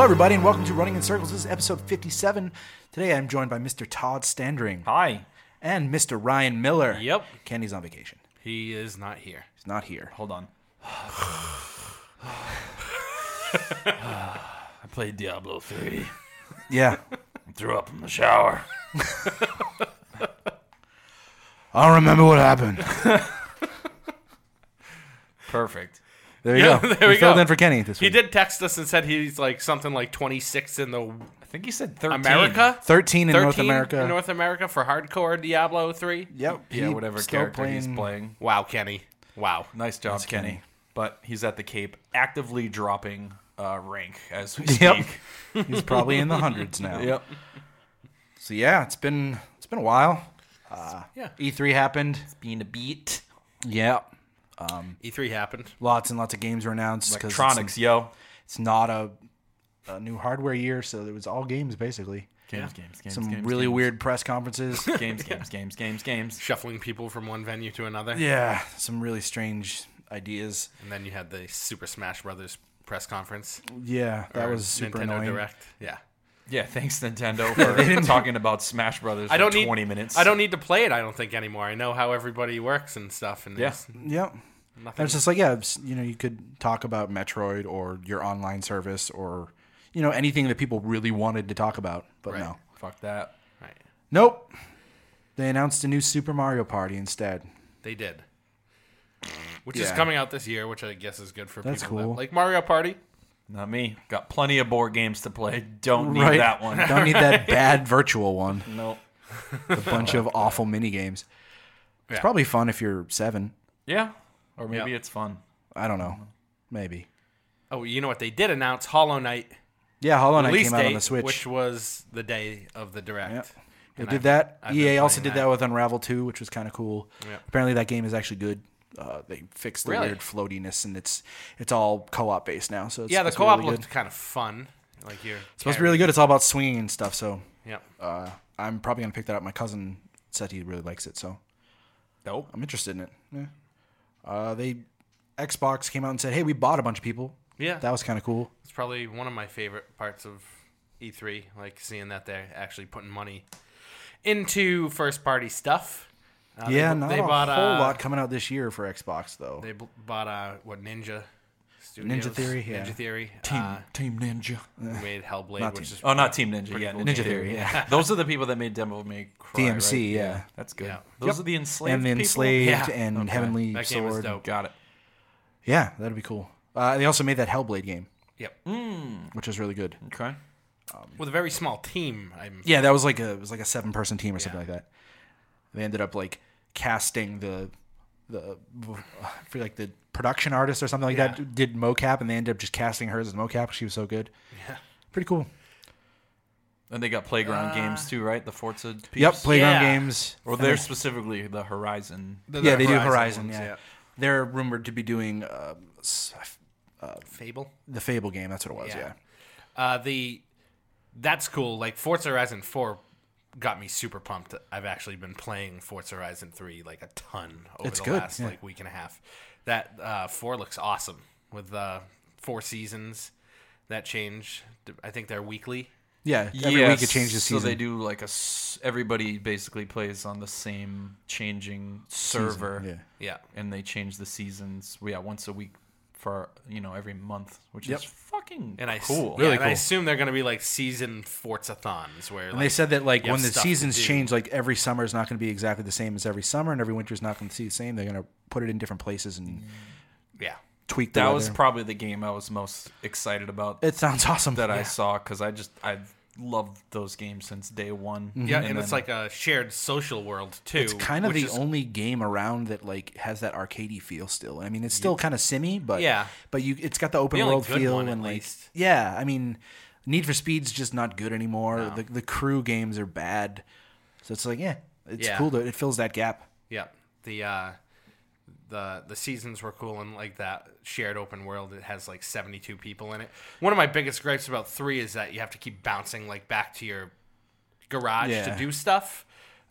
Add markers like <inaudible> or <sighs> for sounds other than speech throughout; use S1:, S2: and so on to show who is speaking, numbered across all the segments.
S1: everybody, and welcome to Running in Circles. This is episode 57. Today I'm joined by Mr. Todd Standring
S2: Hi.
S1: and Mr. Ryan Miller.
S2: Yep.
S1: Candy's on vacation.
S3: He is not here.
S1: He's not here.
S2: Hold on.
S3: I played Diablo <laughs> 3.
S1: Yeah.
S3: Threw up in
S1: <laughs>
S3: the shower.
S1: I don't remember what happened.
S2: Perfect.
S1: There you
S3: Yeah,
S1: go.
S3: there
S1: we
S3: we
S1: filled
S3: go.
S1: in for Kenny this
S3: He
S1: week.
S3: did text us and said he's like something like 26 in the
S2: I think you said 13.
S3: America.
S1: 13 in
S3: 13
S1: North America.
S3: in North America for hardcore Diablo 3.
S1: yep. He
S2: Yeah, whatever
S1: still
S2: character he's playing.
S3: Wow, Kenny. Wow.
S2: Nice job, Kenny.
S1: Kenny.
S2: But he's at the Cape, actively dropping uh, rank as we speak.
S1: Yep. He's probably in the hundreds now.
S2: <laughs> Yep.
S1: So yeah, it's been it's been a while. Uh,
S3: Yeah.
S1: E3 happened.
S2: Being a beat.
S1: Yeah.
S3: E3 E happened.
S1: Lots and lots of games were announced. 'cause it's-
S2: Electronics, yo.
S1: it's not a, a new hardware year, so it was all games basically.
S2: Games, games, games.
S1: Some
S2: games,
S1: really
S2: games.
S1: weird press
S2: <laughs>
S1: conferences.
S2: Games, games, games, games, games.
S3: Shuffling people from one venue to another.
S1: yeah, some really strange ideas.
S3: And then you had the Super Smash Brothers press conference.
S1: Yeah, that
S3: or
S1: was super
S3: Nintendo
S1: annoying.
S3: Direct. Yeah.
S2: Yeah, thanks <laughs> Nintendo for talking about Smash Brothers. For
S3: I don't need
S2: 20 minutes.
S3: I don't need to play it. I don't think anymore. I know how everybody works and stuff. And
S2: Yeah.
S3: there's
S1: Yep. And
S3: nothing.
S1: it's just like yeah, it's- you know, you could talk about Metroid or your online service or you know anything that people really wanted to talk about, but
S3: Right.
S1: no,
S2: Fuck that.
S3: right.
S1: nope. They announced a new Super Mario Party instead.
S3: They did. Which is
S1: Yeah.
S3: coming out this year, which I guess is good for
S1: That's
S3: people
S1: cool.
S3: that like Mario Party.
S2: Not me. Got plenty of board games to play. Don't need
S1: right,
S2: that one. <laughs>
S1: Don't need that bad virtual one.
S2: nope.
S1: A bunch
S3: <laughs>
S1: of awful mini games. It's
S3: Yeah.
S1: probably fun if you're seven.
S2: Yeah. Or maybe
S3: Yeah.
S2: it's fun.
S1: I don't know. Maybe.
S3: Oh, you know what they did announce? Hollow Knight
S1: Yeah, Hollow Knight
S3: release
S1: came
S3: date,
S1: out on the Switch.
S3: which was the day of the
S1: Yeah.
S3: direct.
S1: They
S3: And
S1: did
S3: I've-
S1: that.
S3: I've been
S1: EA also
S3: playing
S1: did that. with Unravel 2, which was kind of cool.
S3: Yeah.
S1: Apparently, that game is actually good. Uh, they fixed the
S3: Really?
S1: weird floatiness, and it's it's all co-op based now. So it's
S3: Yeah, the
S1: supposed to be
S3: co-op
S1: really
S3: looked
S1: good.
S3: kind of fun. Like you're
S1: It's supposed to be really good. It's all about swinging and stuff. So
S3: Yeah.
S1: uh, I'm probably gonna pick that up. My cousin said he really likes it, so
S2: Nope.
S1: I'm interested in it. Yeah. Uh, they Xbox came out and said, "Hey, we bought a bunch of people."
S3: Yeah.
S1: That was kind of cool.
S3: It's probably one of my favorite parts of E3, like seeing that they're actually putting money into first party stuff. Uh, they
S1: yeah,
S3: bu-
S1: not
S3: they
S1: a
S3: bought,
S1: whole
S3: uh,
S1: lot coming out this year for Xbox though.
S3: They b- bought uh, what Ninja Studios,
S1: Theory, yeah.
S3: Ninja Theory.
S1: Team
S3: Uh,
S1: Team Ninja. <laughs>
S3: made Hellblade,
S1: Not
S3: which
S1: Team-
S3: is
S2: Oh, not Team Ninja. Yeah,
S3: cool.
S1: Ninja Theory, <laughs> yeah.
S2: Those are the people that made Devil May Cry.
S1: DMC,
S2: right?
S1: yeah.
S2: That's good.
S3: Yeah.
S2: Those
S1: Yep.
S2: are the enslaved
S1: and the
S2: people?
S1: enslaved
S3: Yeah.
S1: and
S2: Okay.
S1: heavenly
S3: That game was
S1: sword.
S3: dope.
S2: Got it.
S1: Yeah, that'd be cool. Uh, they also made that Hellblade game,
S3: yep.
S1: which was really good.
S2: Okay.
S3: with a very small team. I'm
S1: Yeah, that was like a it was like a seven person team or something like that. They ended up like casting the the for like the production artist or something like
S3: Yeah.
S1: that did mocap, and they ended up just casting her as mocap. She was so good.
S3: Yeah.
S1: Pretty cool.
S2: And they got playground games too, right? The Forza. Peeps?
S1: Uh, Yep, playground
S3: Yeah.
S1: games.
S2: Or
S1: And
S2: they're
S1: they-
S2: specifically the Horizon.
S3: The-
S1: yeah,
S3: the
S1: they do Horizon.
S3: ones,
S1: yeah. they're rumored to be doing uh, s-
S3: Fable.
S1: the Fable game. That's what it was.
S3: Yeah.
S1: yeah.
S3: Uh, the that's cool. Like Forza Horizon Four got me super pumped. I've actually been playing Forza Horizon Three like a ton over
S1: It's
S3: the
S1: good,
S3: last
S1: yeah.
S3: like week and a half. That uh, four looks awesome with uh, four seasons that change. I think they're weekly.
S1: Yeah, every
S2: Yes,
S1: week it changes season.
S2: So they do like a. s- Everybody basically plays on the same changing server.
S1: Yeah.
S3: Yeah,
S2: And they change the seasons. Yeah, once a week for you know every month, which
S1: Yep.
S2: is fucking
S3: and I s-
S2: cool.
S3: yeah,
S1: Really
S3: and I
S1: cool.
S3: assume they're gonna be like season Forzathons where
S1: And they
S3: like,
S1: said that like
S3: you have
S1: when the
S3: stuff to
S1: seasons
S3: do.
S1: change, like every summer is not going to be exactly the same as every summer, and every winter is not going to be the same. They're going to put it in different places and
S3: yeah.
S1: tweak the
S2: Mm. That
S1: weather.
S2: was probably the game I was most excited about
S1: it sounds <laughs> awesome.
S2: that I saw because I just I've loved those games since day one.
S1: Mm-hmm.
S3: Yeah, and, it's
S2: then-
S3: like a shared social world too.
S1: it's kind of
S3: which
S1: the
S3: is
S1: only game around that like has that arcadey feel still. I mean, it's still kind of simmy, but
S3: Yeah.
S1: but you it's got the open
S3: The only
S1: world
S3: good
S1: feel
S3: one, at
S1: and like
S3: least.
S1: yeah. I mean, Need for Speed's just not good anymore. The the crew games are bad, so it's like yeah, it's
S3: Yeah.
S1: cool. To, it fills that gap.
S3: Yeah, the uh, the the seasons were cool and like that shared open world. It has like seventy two people in it. One of my biggest gripes about three is that you have to keep bouncing like back to your garage
S1: Yeah.
S3: to do stuff.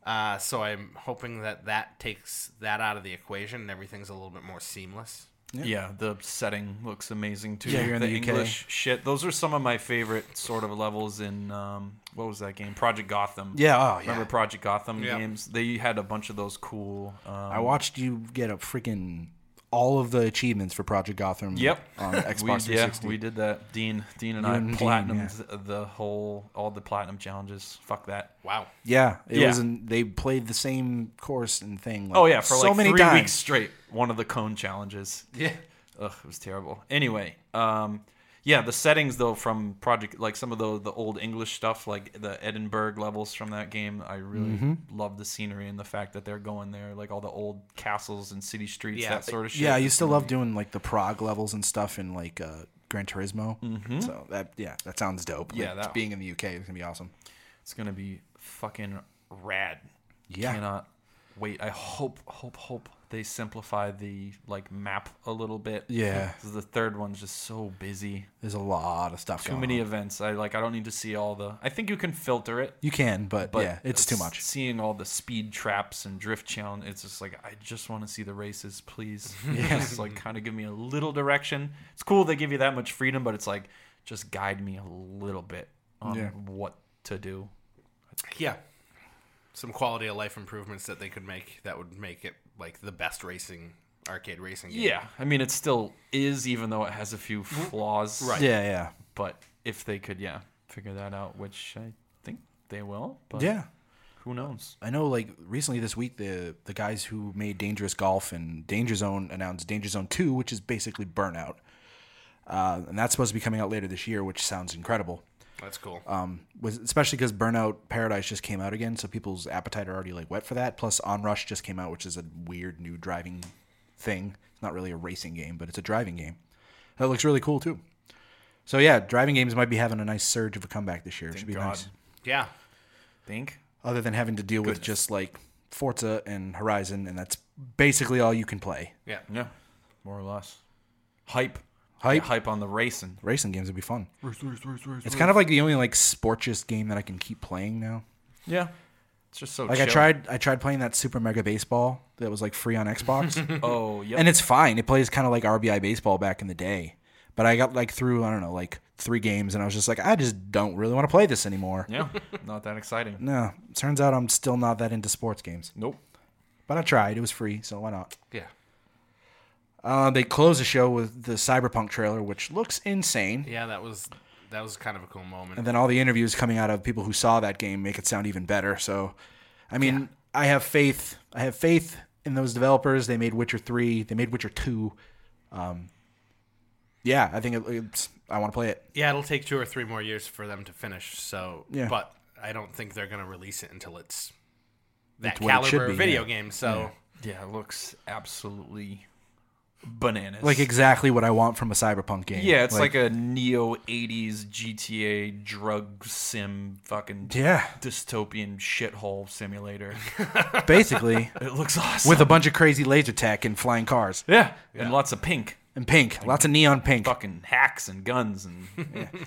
S3: Uh, so I'm hoping that that takes that out of the equation and everything's a little bit more seamless.
S2: Yeah. the setting looks amazing too.
S1: Yeah, you're in
S2: the,
S1: the UK.
S2: English shit. Those are some of my favorite sort of levels in um, what was that game? Project Gotham.
S1: Yeah, oh, yeah.
S2: Remember Project Gotham
S3: Yeah.
S2: games? They had a bunch of those cool. Um,
S1: I watched you get a freaking all of the achievements for Project Gotham.
S2: Yep.
S1: on Xbox
S2: we, yeah,
S1: 360.
S2: we did that. Dean, Dean, and
S1: You
S2: I
S1: and Dean,
S2: platinumed the whole, all the platinum challenges. Fuck that.
S3: Wow.
S1: yeah, it
S2: Yeah.
S1: was. In, they played the same course and thing. Like,
S2: Oh yeah, for
S1: so
S2: like
S1: many
S2: three
S1: times.
S2: weeks straight. One of the cone challenges.
S3: Yeah.
S2: Ugh, it was terrible. Anyway, um, yeah, the settings though from Project, like some of the the old English stuff, like the Edinburgh levels from that game, I really
S1: Mm-hmm.
S2: love the scenery and the fact that they're going there, like all the old castles and city streets,
S3: Yeah.
S2: that sort of shit.
S1: Yeah, I used to love doing like the Prague levels and stuff in like uh, Gran Turismo. So that yeah, that sounds dope.
S2: Mm-hmm. Yeah,
S1: Like,
S2: that-
S1: being in the UK is gonna be awesome.
S2: It's gonna be fucking rad.
S1: Yeah.
S2: Cannot wait. I hope, hope, hope they simplify the like map a little bit.
S1: Yeah.
S2: 'Cause the third one's just so busy.
S1: There's a lot of stuff.
S2: Too
S1: going
S2: many
S1: on.
S2: events. I like. I don't need to see all the. I think you can filter it.
S1: You can, but,
S2: But
S1: yeah, it's too
S2: s-
S1: much.
S2: Seeing all the speed traps and drift challenge, it's just like I just want to see the
S1: <laughs>
S2: races, please. <laughs> just like kind of give me a little direction. It's cool they give you that much freedom, but it's like just guide me a little bit on
S1: Yeah.
S2: what to do.
S3: Yeah. Some quality of life improvements that they could make that would make it like the best racing arcade racing game.
S2: Yeah, I mean it still is, even though it has a few
S1: Mm-hmm.
S2: flaws.
S3: Right.
S1: Yeah, yeah,
S2: But if they could, yeah, figure that out, which I think they will. But
S1: yeah.
S2: Who knows?
S1: I know. Like recently this week, the the guys who made Dangerous Golf and Danger Zone announced Danger Zone Two, which is basically Burnout, uh, and that's supposed to be coming out later this year, which sounds incredible.
S3: That's cool.
S1: um, was especially because Burnout Paradise just came out again, so people's appetite are already like wet for that. Plus, Onrush just came out, which is a weird new driving thing. It's not really a racing game, but it's a driving game. That looks really cool too. So yeah, driving games might be having a nice surge of a comeback this year. it should be
S2: God.
S1: nice.
S3: yeah.
S2: Think.
S1: Other than having to deal with just like Forza and Horizon, and that's basically all you can play.
S3: Yeah.
S2: Yeah, more or less. Hype.
S1: Hype.
S2: Get hype on the racing.
S1: Racing games would be fun. it's kind of like the only like sportiest game that I can keep playing now.
S2: Yeah. It's just so
S1: Like I
S2: chill.
S1: tried, I tried playing that Super Mega Baseball that was like free on Xbox,
S2: Oh, yep.
S1: and it's fine. It plays kind of like RBI baseball back in the day, but I got like through I don't know like three games, and I was just like, I just don't really want to play this anymore.
S2: yeah, not that
S1: <laughs>
S2: exciting.
S1: No, turns out I'm still not that into sports games,
S2: Nope.
S1: but I tried. It was free, so why not?
S3: Yeah.
S1: Uh, they close the show with the Cyberpunk trailer, which looks insane,
S3: Yeah, that was that was kind of a cool moment.
S1: and then all the interviews coming out of people who saw that game make it sound even better. So, I mean, I have faith. I have faith in those developers. They made Witcher three. They made Witcher two. Um, yeah, I think it, it's. I want to play it.
S3: Yeah, it'll take two or three more years for them to finish. So,
S1: Yeah.
S3: but I don't think they're going to release it until it's that
S1: It's what it should
S3: caliber
S1: be,
S3: of video
S1: yeah.
S3: game. So,
S2: Yeah, it looks absolutely bananas.
S1: Like exactly what I want from a cyberpunk game.
S2: yeah, it's like, a neo '80s GTA drug sim fucking
S1: yeah,
S2: dystopian shithole
S1: <laughs>
S2: simulator. <laughs>
S1: basically
S2: it looks awesome.
S1: with a bunch of crazy laser tech and flying cars
S2: yeah, and lots of pink
S1: and pink, lots of neon pink.
S2: fucking hacks and guns and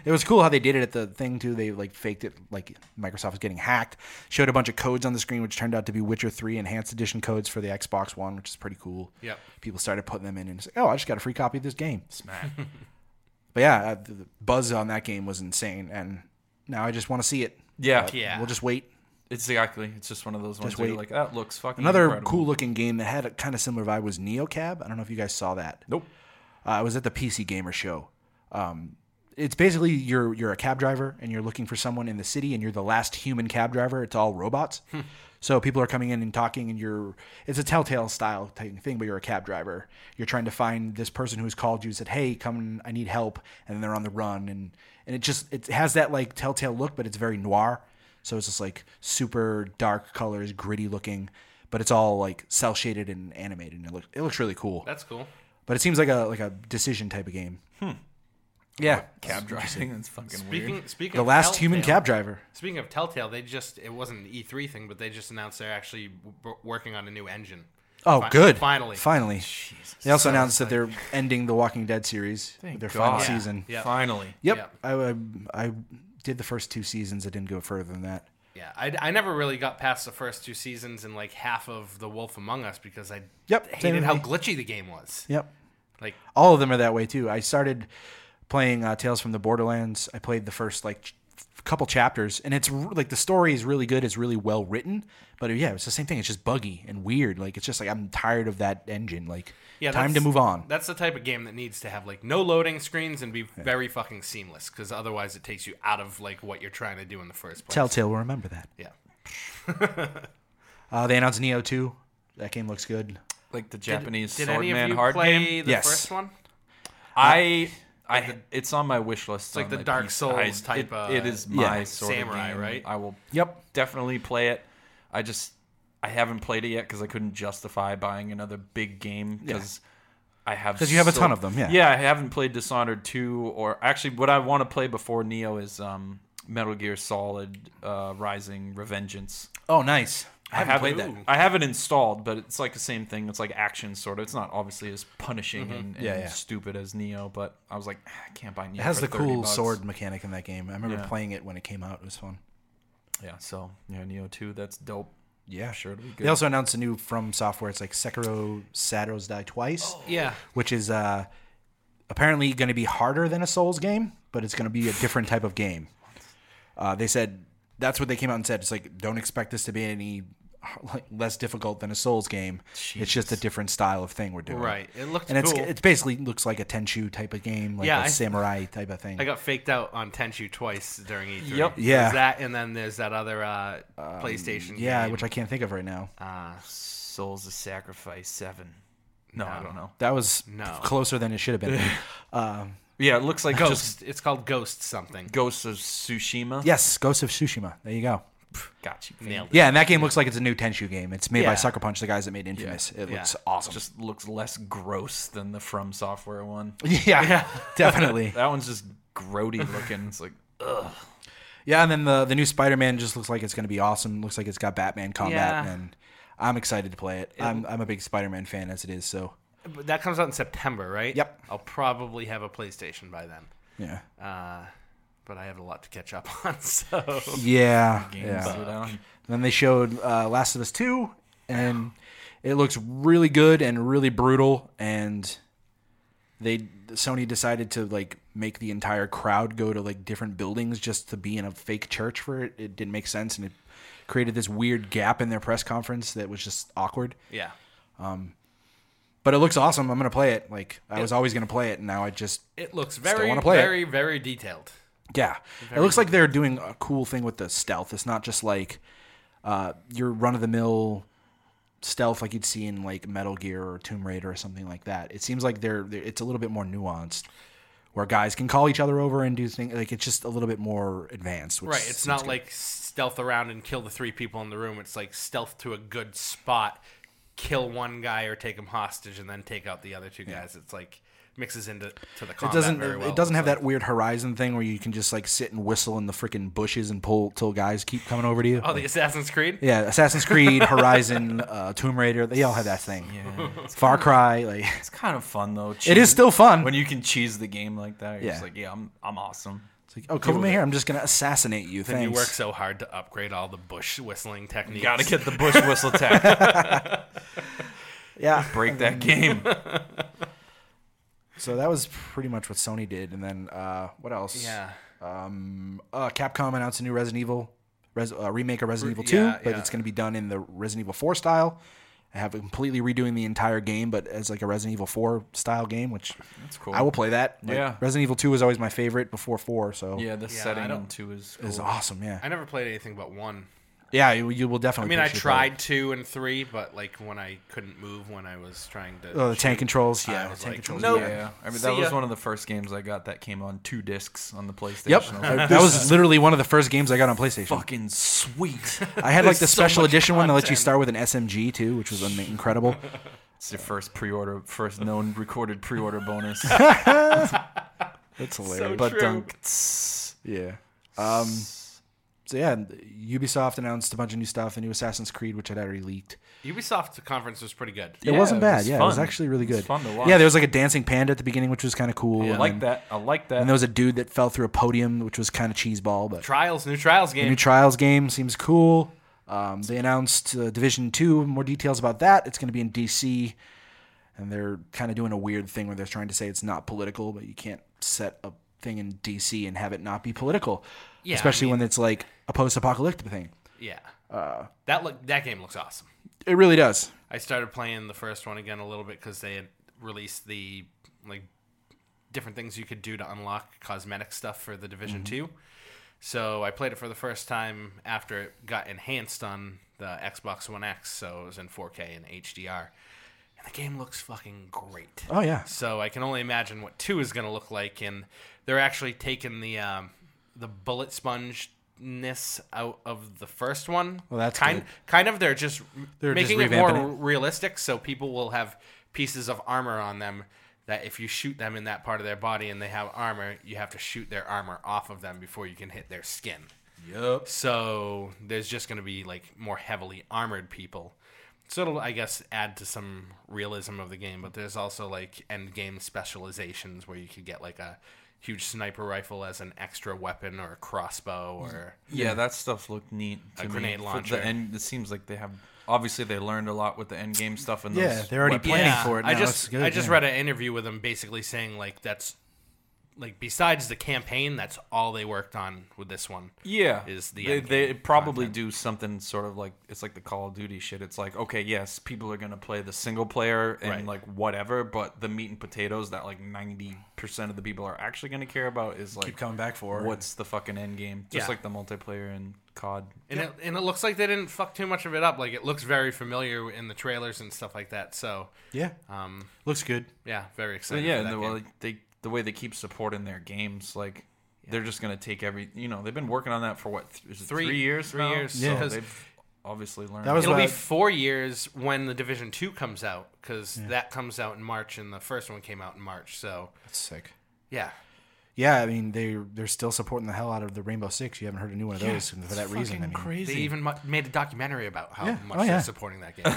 S1: It was cool how they did it at the thing too. They like faked it, like Microsoft was getting hacked. Showed a bunch of codes on the screen, which turned out to be Witcher Three Enhanced Edition codes for the Xbox One, which is pretty cool.
S3: Yep.
S1: People started putting them in, and it's like, oh, I just got a free copy of this game.
S2: smack.
S1: <laughs> But yeah, uh, the the buzz on that game was insane, and now I just want to see it. <laughs>
S2: Yeah,
S3: Yeah.
S1: We'll just wait
S2: exactly. It's just one of those ones where you're like
S1: wait.
S2: that looks fucking
S1: Another
S2: incredible."
S1: cool looking game that had a kind of similar vibe was NeoCab. I don't know if you guys saw that.
S2: Nope.
S1: Uh, it was at the PC Gamer show. Um, it's basically you're you're a cab driver and you're looking for someone in the city and you're the last human cab driver. It's all robots. so people are coming in and talking and you're it's a telltale style type thing, but you're a cab driver. You're trying to find this person who's called you and said, "Hey, come, I need help," and they're on the run and and it just it has that like telltale look, but it's very noir. So it's just like super dark colors, gritty looking, but it's all like cell shaded and animated, and it looks it looks really cool.
S3: that's cool.
S1: But it seems like a like a decision type of game. Yeah,
S2: cab driving. That's fucking weird.
S3: Speaking speaking
S1: the
S3: of
S1: last human
S3: Telltale-
S1: cab driver.
S3: Speaking of Telltale, they just it wasn't an E3 thing, but they just announced they're actually w- working on a new engine.
S1: Oh,
S3: Fi-
S1: good.
S3: Finally.
S1: finally. They also announced that they're ending the Walking Dead series,
S2: Thank
S1: their final
S2: God.
S3: Yeah.
S1: season.
S3: Yeah.
S2: Finally.
S1: Yep,
S3: Yep.
S1: I, I I did the first two seasons. I didn't go further than that.
S3: Yeah, I, I never really got past the first two seasons and like half of The Wolf Among Us because I
S1: Yep, same
S3: hated
S1: with
S3: how
S1: me.
S3: glitchy the game was.
S1: Yep,
S3: Like-
S1: all of them are that way too. I started playing uh, Tales from the Borderlands. I played the first like ch- couple chapters, and it's r- like the story is really good. It's really well written, but uh, yeah, it's the same thing. It's just buggy and weird. Like it's just like I'm tired of that engine. Like
S3: Yeah,
S1: time to
S3: that's-
S1: move on.
S3: That's the type of game that needs to have like no loading screens and be very fucking seamless because otherwise it takes you out of like what you're trying to do in the first place.
S1: Telltale will remember that.
S3: yeah.
S1: Uh, they announced Neo two. That game looks good.
S2: Like the Japanese
S3: Did any of
S2: Swordman
S3: you
S2: hard
S3: play
S2: game.
S3: the
S1: Yes.
S3: first one?
S2: I, I, it's on my wish list. It's
S3: like the Dark Souls type,
S2: It,
S3: uh,
S2: it is my
S1: yeah.
S2: sort of
S3: Samurai,
S2: game.
S3: right?
S2: I will
S1: Yep.
S2: definitely play it. I just, I haven't played it yet because I couldn't justify buying another big game because I have
S1: 'Cause you have a ton of them, yeah.
S2: yeah. I haven't played Dishonored two or actually what I want to play before Neo is um, Metal Gear Solid uh, Rising Revengeance.
S1: Oh, nice.
S2: I haven't played
S3: played
S2: that.
S3: that.
S2: I have it installed, but it's like the same thing. It's like action sort of. It's not obviously as punishing and, and
S1: Mm-hmm. Yeah, yeah.
S2: stupid as Neo, but I was like, "Ah, I can't buy Neo.
S1: It has
S2: for
S1: the
S2: 30
S1: cool
S2: bucks."
S1: sword mechanic in that game. I remember
S2: Yeah.
S1: playing it when it came out. It was fun.
S2: Yeah, so yeah, Neo two. That's dope.
S1: Yeah,
S2: Sure, it'll be good.
S1: They also announced a new From Software. It's like Sekiro: Shadows Die Twice,
S3: Yeah.
S1: which is uh, apparently going to be harder than a Souls game, but it's going to be a different type of game. Uh, they said that's what they came out and said. It's like don't expect this to be any <laughs> like, less difficult than a Souls game. It's just a different style of thing we're doing.
S3: Right. It looked
S1: And it's
S3: cool.
S1: it's basically looks like a Tenchu type of game, like
S3: Yeah,
S1: a
S3: I-
S1: samurai type of thing.
S3: I got faked out on Tenchu twice during E3.
S2: Yep.
S1: Yeah.
S3: There's that and then there's that other uh, PlayStation.
S1: yeah,
S3: game.
S1: which I can't think of right now.
S3: Uh,
S2: Souls of Sacrifice seven. No, I don't know.
S1: That was
S3: No.
S1: closer than it should have been.
S3: <laughs>
S1: um,
S2: Yeah, it looks like just
S3: Ghost. It's called Ghost something.
S2: Ghosts of Tsushima.
S1: yes, Ghost of Tsushima. There you go.
S2: got you. fam.
S3: Nailed it.
S1: Yeah, and that game looks like it's a new Tenshu game. It's made by
S3: Yeah.
S1: Sucker Punch, the guys that made Infamous. It
S3: Yeah.
S1: looks awesome.
S2: Just looks less gross than the From Software one.
S1: <laughs> yeah, <laughs> definitely.
S2: That one's just grody looking. It's like
S1: Yeah, and then the the new Spider Man just looks like it's going to be awesome. Looks like it's got Batman combat,
S3: Yeah.
S1: and I'm excited to play it. I'm I'm a big Spider Man fan as it is, so
S3: But That comes out in September, right?
S1: Yep.
S3: I'll probably have a PlayStation by then.
S1: yeah,
S3: Uh, but I have a lot to catch up <laughs> on, so
S1: yeah,
S2: games
S1: yeah.
S2: that I don't-
S1: Then they showed uh, Last of Us Two, and it looks really good and really brutal. And they Sony decided to like make the entire crowd go to like different buildings just to be in a fake church for it. It didn't make sense, and it created this weird gap in their press conference that was just awkward.
S3: yeah.
S1: But it looks awesome. I'm gonna play it. Like I was always gonna play it, and now I just
S3: It looks very,
S1: wanna play it.
S3: very, very detailed.
S1: Yeah, it looks like they're doing a cool thing with the stealth. It's not just like uh, your run of the mill stealth like you'd see in like Metal Gear or Tomb Raider or something like that. It seems like they're, they're it's a little bit more nuanced, where guys can call each other over and do things. Like it's just a little bit more advanced. Which
S3: Right. It's
S1: seems
S3: not
S1: good.
S3: like stealth around and kill the three people in the room. It's like stealth to a good spot, kill one guy or take him hostage, and then take out the other two guys. It's like mixes into to the
S1: it
S3: combat
S1: doesn't
S3: very well.
S1: it doesn't have
S3: So-
S1: that weird Horizon thing where you can just like sit and whistle in the freaking bushes and pull till guys keep coming over to you.
S3: Oh, the Assassin's Creed.
S1: yeah, Assassin's Creed, Horizon, uh, Tomb Raider, they all have that thing.
S2: yeah, it's,
S1: Far
S3: <laughs>
S1: Cry, like
S2: it's kind of fun though.
S1: it is
S2: cheese-
S1: still fun.
S2: when you can cheese the game like that. You're just
S1: Um, Yeah.
S2: like, yeah, I'm I'm awesome.
S1: It's like, oh, come over here. I'm just going to assassinate you.
S3: And
S1: Thanks.
S3: you work so hard to upgrade all the bush whistling techniques.
S2: Got to get the bush whistle
S3: <laughs>
S2: tech.
S1: Yeah.
S2: <laughs> Break
S1: <laughs>
S2: that game.
S1: So that was pretty much what Sony did. And then uh, what else?
S3: Yeah.
S1: Uh, Capcom announced a new Resident Evil res- uh, remake of Resident Evil 2,
S3: yeah,
S1: but
S3: yeah.
S1: it's going to be done in the Resident Evil 4 style. I have completely redoing the entire game, but as like a Resident Evil 4 style game, which
S2: That's cool.
S1: I will play that. Like,
S2: Yeah.
S1: Resident Evil 2 was always my favorite before 4, so
S2: yeah, the
S3: I
S2: setting
S3: don't-
S2: on two is
S1: it
S2: cool.
S1: was awesome. Yeah.
S3: I never played anything but one.
S1: Yeah, you, you will
S3: I
S1: definitely
S3: mean, I
S1: appreciate that.
S3: tried two and three, but like when I couldn't move when I was trying to.
S1: Oh, the tank controls. Yeah,
S3: I
S1: the
S3: was
S1: tank
S3: like,
S1: controls.
S3: nope.
S1: yeah.
S2: Yeah, I mean
S3: See
S2: that was
S3: ya.
S2: one of the first games I got that came on two discs on the PlayStation.
S1: Yep.
S2: I
S1: <laughs>
S3: <laughs>
S2: was like,
S1: that was literally one of the first games I got on PlayStation. <laughs>
S2: fucking sweet.
S1: I had like the
S2: There's so
S1: special
S2: much
S1: edition one that lets you
S2: content.
S1: start with an SMG too, which was un-
S2: <laughs>
S1: incredible.
S2: It's your first pre-order, first known
S1: <laughs>
S2: recorded pre-order bonus.
S1: That's
S3: So
S1: hilarious.
S2: but
S3: true.
S2: dunk. Tss.
S1: yeah. Um, so yeah, and Ubisoft announced a bunch of new stuff, the new Assassin's Creed, which had already leaked.
S3: Ubisoft conference was pretty good.
S1: It
S2: Yeah,
S1: wasn't
S2: it
S1: bad.
S2: was
S1: yeah, it was
S2: fun.
S1: actually really
S2: It was
S1: good.
S2: fun to watch. Oh,
S1: Yeah, there was like a dancing panda at the beginning, which was kind of cool.
S2: I
S1: and
S2: like
S1: then-
S2: that. I like that.
S1: And there was a dude that fell through a podium, which was kind of cheeseball, but
S3: Trials, new Trials
S1: the new
S3: game.
S1: Trials game seems cool. Um, they announced uh, Division Two. More details about that. It's going to be in DC. and they're kind of doing a weird thing where they're trying to say it's not political, but you can't set a thing in DC and have it not be political,
S3: Yeah, I
S1: especially
S3: mean-
S1: when it's like a post-apocalyptic thing.
S3: Yeah. that look that game looks awesome.
S1: It really does.
S3: I started playing the first one again a little bit because they had released the like different things you could do to unlock cosmetic stuff for the Division Two. So I played it for the first time after it got enhanced on the Xbox One X, so it was in 4K and HDR, and the game looks fucking great.
S1: Oh yeah,
S3: So I can only imagine what two is going to look like, and they're actually taking the um, the bullet spongeness out of the first one.
S1: Well, that's
S3: kind
S1: good.
S3: kind of they're just
S1: They're just
S3: making it more
S1: revamping
S3: realistic, so people will have pieces of armor on them. That if you shoot them in that part of their body and they have armor, you have to shoot their armor off of them before you can hit their skin.
S2: Yep.
S3: So there's just going to be like more heavily armored people. So it'll, I guess, add to some realism of the game. But there's also like end game specializations where you could get like a huge sniper rifle as an extra weapon or a crossbow or
S2: Yeah, that stuff looked neat. To
S3: A
S2: me.
S3: grenade
S2: For
S3: launcher.
S2: The end, it seems like they have. Obviously, they learned a lot with the end game stuff. And
S1: Yeah,
S2: those
S1: they're already
S2: weapons.
S1: planning for it
S3: I
S1: now.
S3: just
S1: It's good,
S3: I just
S1: yeah.
S3: read an interview with him basically saying like that's like besides the campaign, that's all they worked on with this one.
S2: Yeah,
S3: is the
S2: they,
S3: end
S2: they
S3: game
S2: probably do something sort of like it's like the Call of Duty shit. It's like okay, yes, people are gonna play the single player and
S3: Right.
S2: like whatever, but the meat and potatoes that like ninety percent of the people are actually gonna care about is like
S1: keep coming back for it.
S2: what's the fucking end game, just
S3: Yeah.
S2: like the multiplayer and COD.
S3: And it and it looks like they didn't fuck too much of it up. Like it looks very familiar in the trailers and stuff like that. So
S1: Yeah,
S3: um,
S1: looks good.
S3: yeah, very
S2: So
S3: excited.
S2: yeah,
S3: for that
S2: and the,
S3: game.
S2: well, they the way they keep supporting their games, like they're just gonna take every you know they've been working on that for what th- is it three,
S3: Three-
S2: years
S3: three
S2: now?
S3: years,
S2: so
S1: Yeah.
S3: 'cause-
S2: they've obviously learned.
S1: That was
S3: It'll
S1: what
S3: be
S1: I-
S3: four years when the Division Two comes out because that comes out in March and the first one came out in March. So
S1: That's sick.
S3: yeah,
S1: Yeah, I mean they they're still supporting the hell out of the Rainbow Six. You haven't heard a new one of those and for that reason. I mean,
S3: they even mu- made a documentary about how
S1: Yeah.
S3: much
S1: Oh,
S3: they're
S1: yeah.
S3: supporting
S1: <laughs>
S3: that game.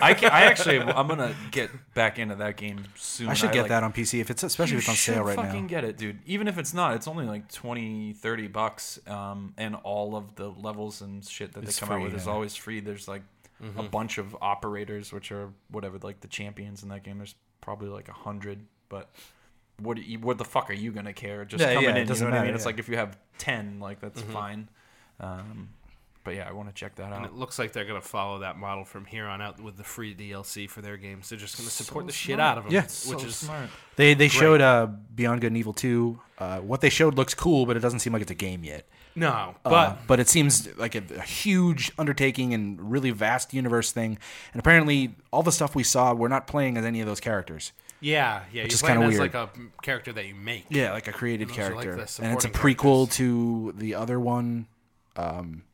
S2: I, ca- I actually I'm gonna get back into that game soon.
S1: I should get
S2: like,
S1: that on PC if it's especially if it's on
S2: should
S1: sale right
S2: fucking
S1: now.
S2: get it, dude. Even if it's not, it's only like 20, 30 bucks. Um, and all of the levels and shit that
S1: It's
S2: they come out
S1: free,
S2: with is
S1: yeah. Mm-hmm.
S2: always free. There's like a bunch of operators, which are whatever, like the champions in that game. There's probably like a hundred, but what do you, what the fuck are you gonna care? Just
S1: Yeah,
S2: coming
S1: yeah,
S2: in,
S1: it
S2: you know
S1: doesn't
S2: what I mean?
S1: matter,
S2: It's
S1: yeah. Mm-hmm.
S2: like if you have ten, like that's fine. Um, but yeah, I want to check that
S3: and
S2: out.
S3: it looks like they're gonna follow that model from here on out with the free DLC for their games. They're just gonna support
S2: So
S3: the shit
S2: smart.
S3: out of them.
S1: Yeah.
S3: which
S2: So
S3: is
S2: smart.
S1: They they showed uh, Beyond Good and Evil two. Uh, what they showed looks cool, but it doesn't seem like it's a game yet.
S3: no, but
S1: Uh, but it seems like a, a huge undertaking and really vast universe thing. And apparently, all the stuff we saw, we're not playing as any of those characters.
S3: yeah, yeah,
S1: is
S3: you're playing
S1: kinda
S3: as
S1: weird.
S3: like a m- character that you make.
S1: Yeah, like a created
S3: those are like
S1: character,
S3: the
S1: and it's a
S3: supporting
S1: prequel to the other one.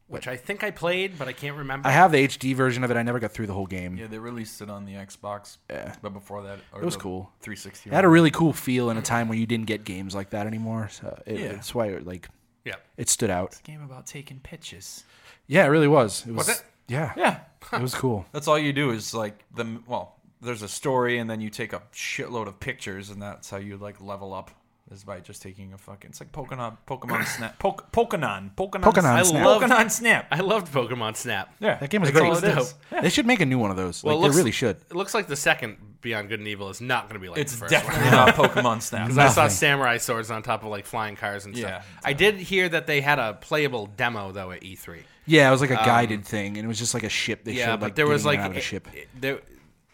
S3: Which I think I played, but I can't remember.
S1: I have the HD version of it. I never got through the whole game.
S2: Yeah, they released it on the Xbox. Yeah. But before that, or
S1: It was
S2: the
S1: cool.
S2: 360.
S1: It had a really cool feel in a time when you didn't get games like that anymore. So it,
S2: Yeah.
S1: it's why it, like
S3: yeah,
S1: it stood out.
S2: game about taking pitches.
S1: Yeah, it really was. It was,
S3: Was it?
S1: Yeah,
S2: Yeah,
S1: it was cool.
S2: that's all you do is like the well. There's a story, and then you take a shitload of pictures, and that's how you like level up. Is by just taking a fucking. It's like Pokemon,
S1: <coughs>
S2: Pokemon Snap, Poke, Pokemon, Pokemon,
S1: Pokemon
S2: I
S1: Snap.
S2: love Pokemon Snap.
S3: I loved Pokemon Snap.
S2: Yeah,
S1: That game was
S2: that's
S1: great.
S2: all it
S3: Dope.
S2: is. Yeah.
S1: They should make a new one of those.
S3: Well, it
S1: like,
S3: looks-
S1: they really should.
S3: It looks like the second Beyond Good and Evil is not going to be like
S2: It's
S3: the first one.
S2: definitely not Pokemon Snap.
S3: Because I saw
S1: Nothing.
S3: samurai swords on top of like flying cars and
S2: Yeah,
S3: stuff. I did hear that they had a playable demo though at E3.
S1: Yeah, it was like a guided thing, and it was just like a ship. They
S3: Um, Yeah,
S1: showed,
S3: but
S1: like,
S3: there was
S1: getting
S3: like
S1: in and out of a
S3: it-
S1: ship.
S3: it- there,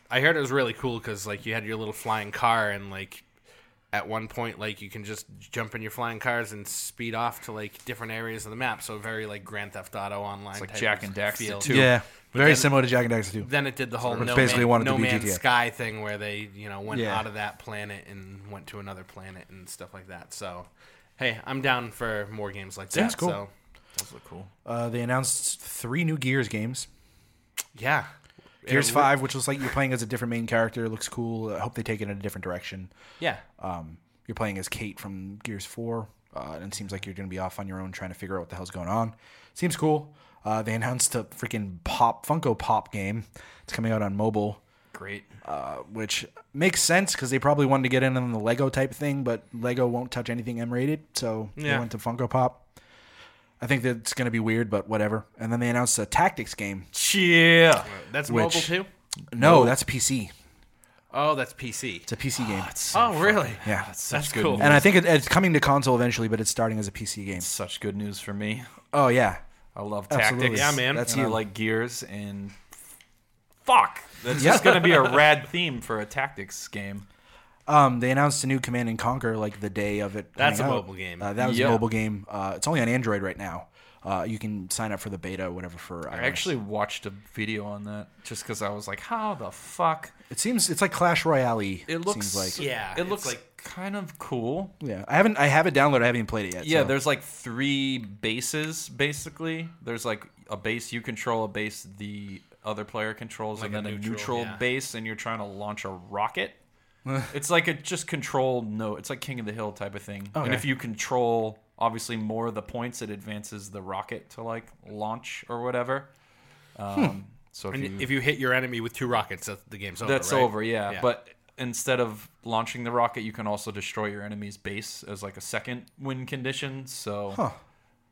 S3: I heard it was really cool because like you had your little flying car and like at one point like you can just jump in your flying cars and speed off to like different areas of the map. So very like Grand Theft Auto online,
S2: like
S3: type
S2: Jack
S3: of
S2: and Daxter
S3: feel.
S2: 2.
S1: yeah, very
S3: then-
S1: similar to Jack and Daxter too.
S3: Then it did the whole no,
S1: basically
S3: man,
S1: wanted to
S3: no
S1: be
S3: man's
S1: GTA.
S3: sky thing where they you know went
S1: Yeah.
S3: out of that planet and went to another planet and stuff like that. So hey, I'm down for more games like
S1: Sounds
S3: that.
S1: cool.
S3: So
S2: Those look cool.
S1: Uh, they announced three new Gears games.
S3: yeah,
S1: Gears
S3: It-
S1: Five, which looks like you're playing as a different main character, looks cool. I hope they take it in a different direction.
S3: Yeah,
S1: Um, you're playing as Kate from Gears 4, uh, and it seems like you're going to be off on your own trying to figure out what the hell's going on. Seems cool. Uh, they announced a freaking pop Funko Pop game. It's coming out on mobile,
S2: Great.
S1: uh, which makes sense because they probably wanted to get in on the Lego type thing, but Lego won't touch anything M rated, so they
S3: Yeah.
S1: went to Funko Pop. I think that's going to be weird, but whatever. And then they announced a tactics game.
S2: Yeah.
S3: that's
S1: Which-
S3: mobile too.
S1: No, that's PC.
S3: Oh, that's PC.
S1: It's a PC game.
S3: Oh, really?
S1: Yeah.
S2: That's such
S3: That's
S2: good.
S3: cool.
S2: News.
S1: and I think it, it's coming to console eventually, but it's starting as a PC game.
S2: such good news for me.
S1: Oh yeah,
S2: I love
S1: Absolutely.
S2: tactics.
S3: Yeah, man.
S1: That's
S2: and I
S1: you.
S2: like gears and fuck. That's just gonna be a rad theme for a tactics game.
S1: um, they announced a new Command and Conquer like the day of it.
S3: That's
S1: coming
S3: a
S1: out.
S3: mobile game.
S1: Uh, that was
S2: Yeah.
S1: a mobile game. Uh, it's only on Android right now. Uh, you can sign up for the beta, or whatever. For
S2: I actually watched a video on that just because I was like, how the fuck?
S1: it seems it's like Clash Royale. It
S2: It looks
S1: seems like
S3: Yeah,
S2: It
S3: it's
S2: looks like
S3: like-
S2: kind of cool.
S1: yeah. I haven't I have it downloaded. I haven't even played it yet.
S2: Yeah,
S1: so-
S2: there's like three bases basically. There's like a base you control, a base the other player controls,
S3: Like
S2: and
S3: a
S2: then a
S3: neutral,
S2: neutral
S3: yeah.
S2: base, and you're trying to launch
S3: <laughs>
S2: a rocket. it's like a just control no. It's like King of the Hill type of thing. And
S1: Okay.
S2: if you control obviously more of the points, it advances the rocket to like launch or whatever. Um, So if you,
S3: Hmm. And if you hit your enemy with two rockets, that's, the game's over.
S2: that's
S3: right?
S2: over, yeah. But instead of launching the rocket, you can also destroy your enemy's base as like a second win condition. So.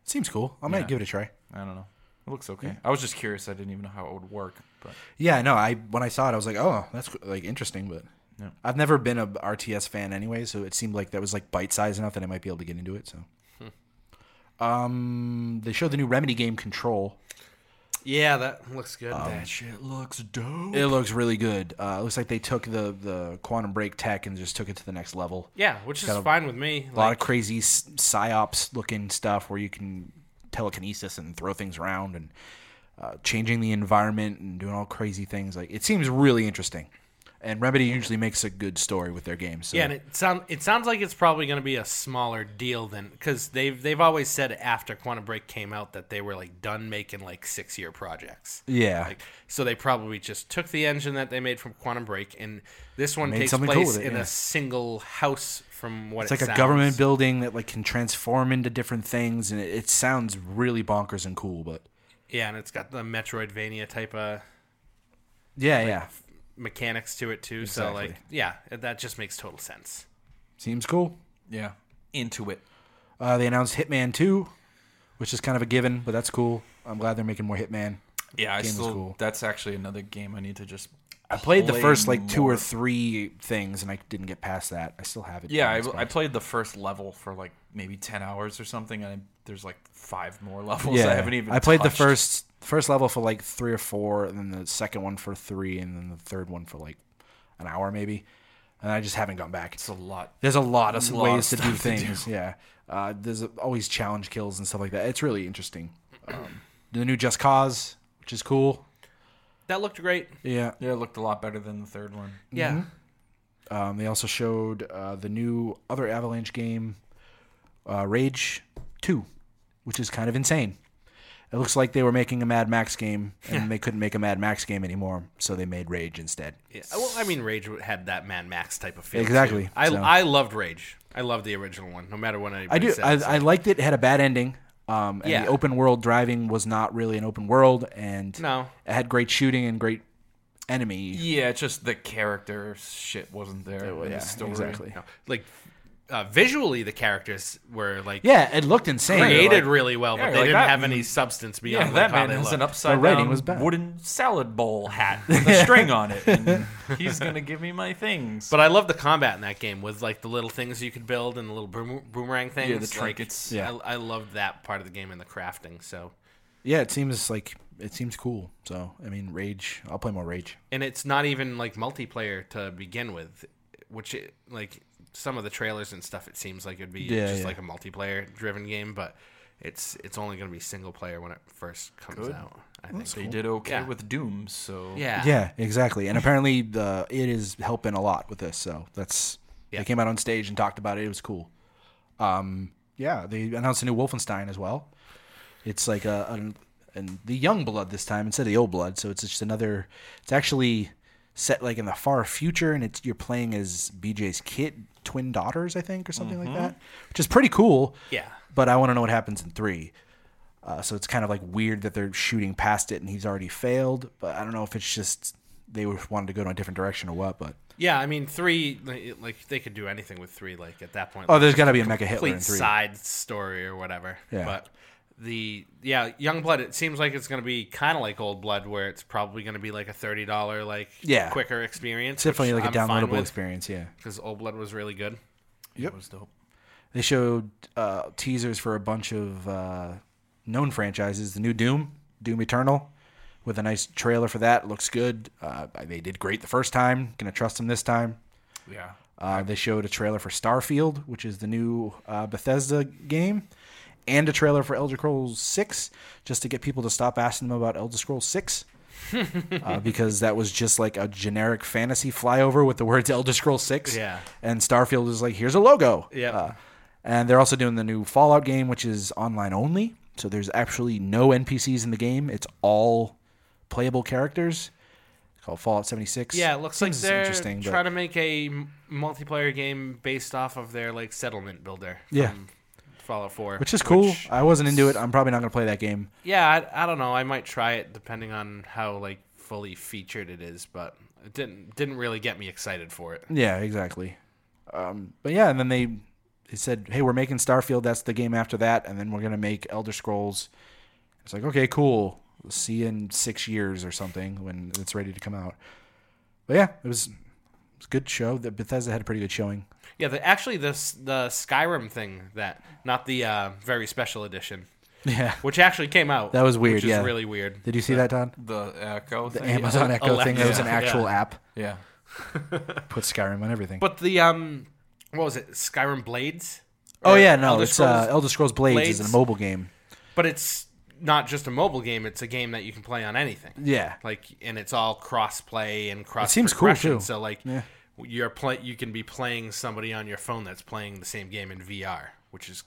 S1: seems cool. I might
S2: Yeah.
S1: give it a try.
S2: I don't know. It looks okay. I was just curious. I didn't even know how it would work, but
S1: Yeah, no. I when I saw it, I was like, oh, that's like interesting, but.
S2: Yeah.
S1: I've never been a RTS fan anyway, so it seemed like that was like bite size enough that I might be able to get into it. So,
S2: Hmm.
S1: um, they showed the new Remedy game Control.
S3: yeah, that looks good.
S1: Um,
S3: That sh-
S2: shit looks dope.
S1: It looks really good. Uh, it looks like they took the the Quantum Break tech and just took it to the next level.
S3: yeah, which is
S1: Got a
S3: fine with me.
S1: A lot of crazy s- psyops looking stuff where you can telekinesis and throw things around and uh, changing the environment and doing all crazy things. Like it seems really interesting. And Remedy usually makes a good story with their games. So.
S3: Yeah, and it sound it sounds like it's probably going to be a smaller deal than because they've they've always said after Quantum Break came out that they were like done making like six year projects.
S1: yeah.
S3: Like, so they probably just took the engine that they made from Quantum Break, and this one
S1: Made
S3: takes
S1: something cool
S3: place
S1: with it,
S3: in
S1: yeah.
S3: a single house. From what
S1: it's
S3: it
S1: like a
S3: sounds.
S1: government building that like can transform into different things, and it, it sounds really bonkers and cool. But
S3: yeah, and it's got the Metroidvania type of
S1: yeah, yeah,
S3: mechanics to it too.
S1: Exactly.
S3: So like, yeah, that just makes total sense.
S1: seems cool.
S2: Yeah, into it.
S1: Uh, they announced Hitman 2, which is kind of a given, but that's cool. I'm glad they're making more Hitman.
S2: Yeah, I
S1: Game is
S2: still.
S1: cool.
S2: That's actually another game I need to just.
S1: I played the
S2: play
S1: first like two
S2: more.
S1: or three things, and I didn't get past that. I still have it.
S2: Yeah,
S1: on
S2: I,
S1: Xbox.
S2: I played the first level for like maybe ten hours or something, and I, there's like five more <laughs> levels I haven't even.
S1: I played
S2: touched.
S1: the first first level for like three or four, and then the second one for three, and then the third one for like an hour maybe, and I just haven't gone back.
S2: It's a lot.
S1: There's a lot of
S2: Lot of
S1: ways to do
S2: stuff to do.
S1: things. Yeah. Uh, there's always challenge kills and stuff like that. It's really interesting. Um, the new Just Cause, which is cool.
S3: That looked great.
S1: Yeah.
S2: Yeah, it looked a lot better than the third one.
S3: Yeah.
S1: Mm-hmm. Um, they also showed uh, the new other Avalanche game, uh, Rage 2, which is kind of insane. It looks like they were making a Mad Max game and they couldn't make a Mad Max game anymore, so they made Rage instead.
S3: Yeah, Well, I mean, Rage had that Mad Max type of feel.
S1: Exactly,
S3: too. I,
S1: so-
S3: I loved Rage. I loved the original one, no matter what anybody
S1: I do.
S3: says.
S1: I, I liked it. It had a bad ending. Um, and
S3: Yeah.
S1: the open world driving was not really an open world, and
S3: No.
S1: it had great shooting and great enemy.
S2: Yeah, it's just the character shit wasn't there. in
S1: yeah,
S2: the story.
S1: exactly.
S3: No. Like, uh, visually, the characters were like
S1: Yeah, it looked insane.
S3: created
S2: like-
S3: really well,
S2: yeah,
S3: but they
S2: like
S3: didn't
S2: that-
S3: have any substance
S2: Yeah,
S3: beyond like,
S2: that
S3: how
S2: man
S3: they
S2: has an
S3: looked.
S2: upside
S1: writing
S2: down
S1: was bad.
S2: wooden salad bowl hat <laughs> with a string on it. <laughs> And he's gonna give me my things.
S3: But I love the combat in that game with like the little things you could build and the little boom- boomerang things.
S2: Yeah, the
S3: like,
S2: trinkets.
S1: Yeah.
S3: I, I loved that part of the game and the crafting. So,
S1: Yeah, it seems like it seems cool. So I mean, Rage. I'll play more Rage.
S3: and it's not even like multiplayer to begin with, which it, like some of the trailers and stuff. It seems like it'd be
S1: Yeah,
S3: just
S1: yeah.
S3: like a multiplayer driven game, but it's it's only going to be single player when it first comes out. I think.
S2: they did okay
S3: Yeah.
S2: with Doom, so
S3: Yeah.
S1: Yeah, exactly. And apparently, the it is helping a lot with this. So that's
S3: Yeah.
S1: they came out on stage and talked about it. It was cool. Um, yeah, they announced a new Wolfenstein as well. It's like a, an and the young blood this time instead of the old blood. So it's just another. It's actually set like in the far future, and it's you're playing as BJ's kid, twin daughters, I think, or something like that, which is pretty cool.
S3: Yeah.
S1: But I want to know what happens in three. Uh, so it's kind of like weird that they're shooting past it and he's already failed. But I don't know if it's just they were wanted to go in a different direction or what. But
S3: Yeah, I mean three like, like they could do anything with three like at that point.
S1: oh,
S3: like,
S1: there's got to be a mecha Hitler in
S3: complete
S1: three.
S3: side story or whatever.
S1: Yeah.
S3: But the yeah, Young Blood. It seems like it's going to be kind of like Old Blood, where it's probably going to be like a thirty dollar like
S1: Yeah.
S3: quicker
S1: It's
S3: experience.
S1: definitely like a downloadable experience. Yeah.
S3: because Old Blood was really good.
S1: Yep.
S2: It was dope.
S1: They showed uh, teasers for a bunch of uh, known franchises. The new Doom, Doom Eternal, with a nice trailer for that. Looks good. Uh, they did great the first time. Gonna trust them this time.
S2: Yeah.
S1: Uh, they showed a trailer for Starfield, which is the new uh, Bethesda game, and a trailer for Elder Scrolls 6, just to get people to stop asking them about Elder Scrolls
S3: <laughs>
S1: 6. uh, because that was just like a generic fantasy flyover with the words Elder Scrolls 6.
S3: Yeah.
S1: And Starfield is like, here's a logo.
S3: Yep.
S1: Uh, and they're also doing the new Fallout game, which is online only. So there's actually no NPCs in the game, it's all playable characters. It's called Fallout 76.
S3: Yeah, it looks
S1: Seems
S3: like they're
S1: interesting, but-
S3: trying to make a m- multiplayer game based off of their like settlement builder.
S1: Yeah.
S3: from Fallout Four,
S1: which is cool.
S3: which-
S1: I wasn't into it. I'm probably not gonna play that game.
S3: yeah, I, I don't know. I might try it depending on how like fully featured it is, but it didn't didn't really get me excited for it.
S1: Yeah, exactly. Um, but yeah, and then they they said, "Hey, we're making Starfield. That's the game after that, and then we're gonna make Elder Scrolls." It's like, okay, cool. We'll see you in six years or something when it's ready to come out. But yeah, it was it was a good show. The Bethesda had a pretty good showing.
S3: Yeah, the, actually, this the Skyrim thing that not the uh, very special edition,
S1: Yeah.
S3: which actually came out.
S1: That was weird,
S3: Which is
S1: yeah.
S3: really weird.
S1: Did you see that, Todd?
S3: <laughs>
S2: The Echo.
S1: The
S2: thing.
S1: Amazon Echo thing. That was an
S3: Alexa,
S1: actual
S3: yeah.
S1: app. <laughs>
S2: Yeah.
S1: Put Skyrim on everything.
S3: But the um, what was it? Skyrim Blades.
S1: oh
S3: Or
S1: yeah, no,
S3: Elder
S1: it's uh,
S3: Scrolls?
S1: Elder Scrolls Blades, is
S3: Blades?
S1: a mobile game.
S3: but it's not just a mobile game. It's a game that you can play on anything.
S1: Yeah.
S3: like and it's all cross play and cross
S1: seems cool,
S3: progression.
S1: too.
S3: So like
S1: Yeah.
S3: you're play you can be playing somebody on your phone that's playing the same game in VR, which is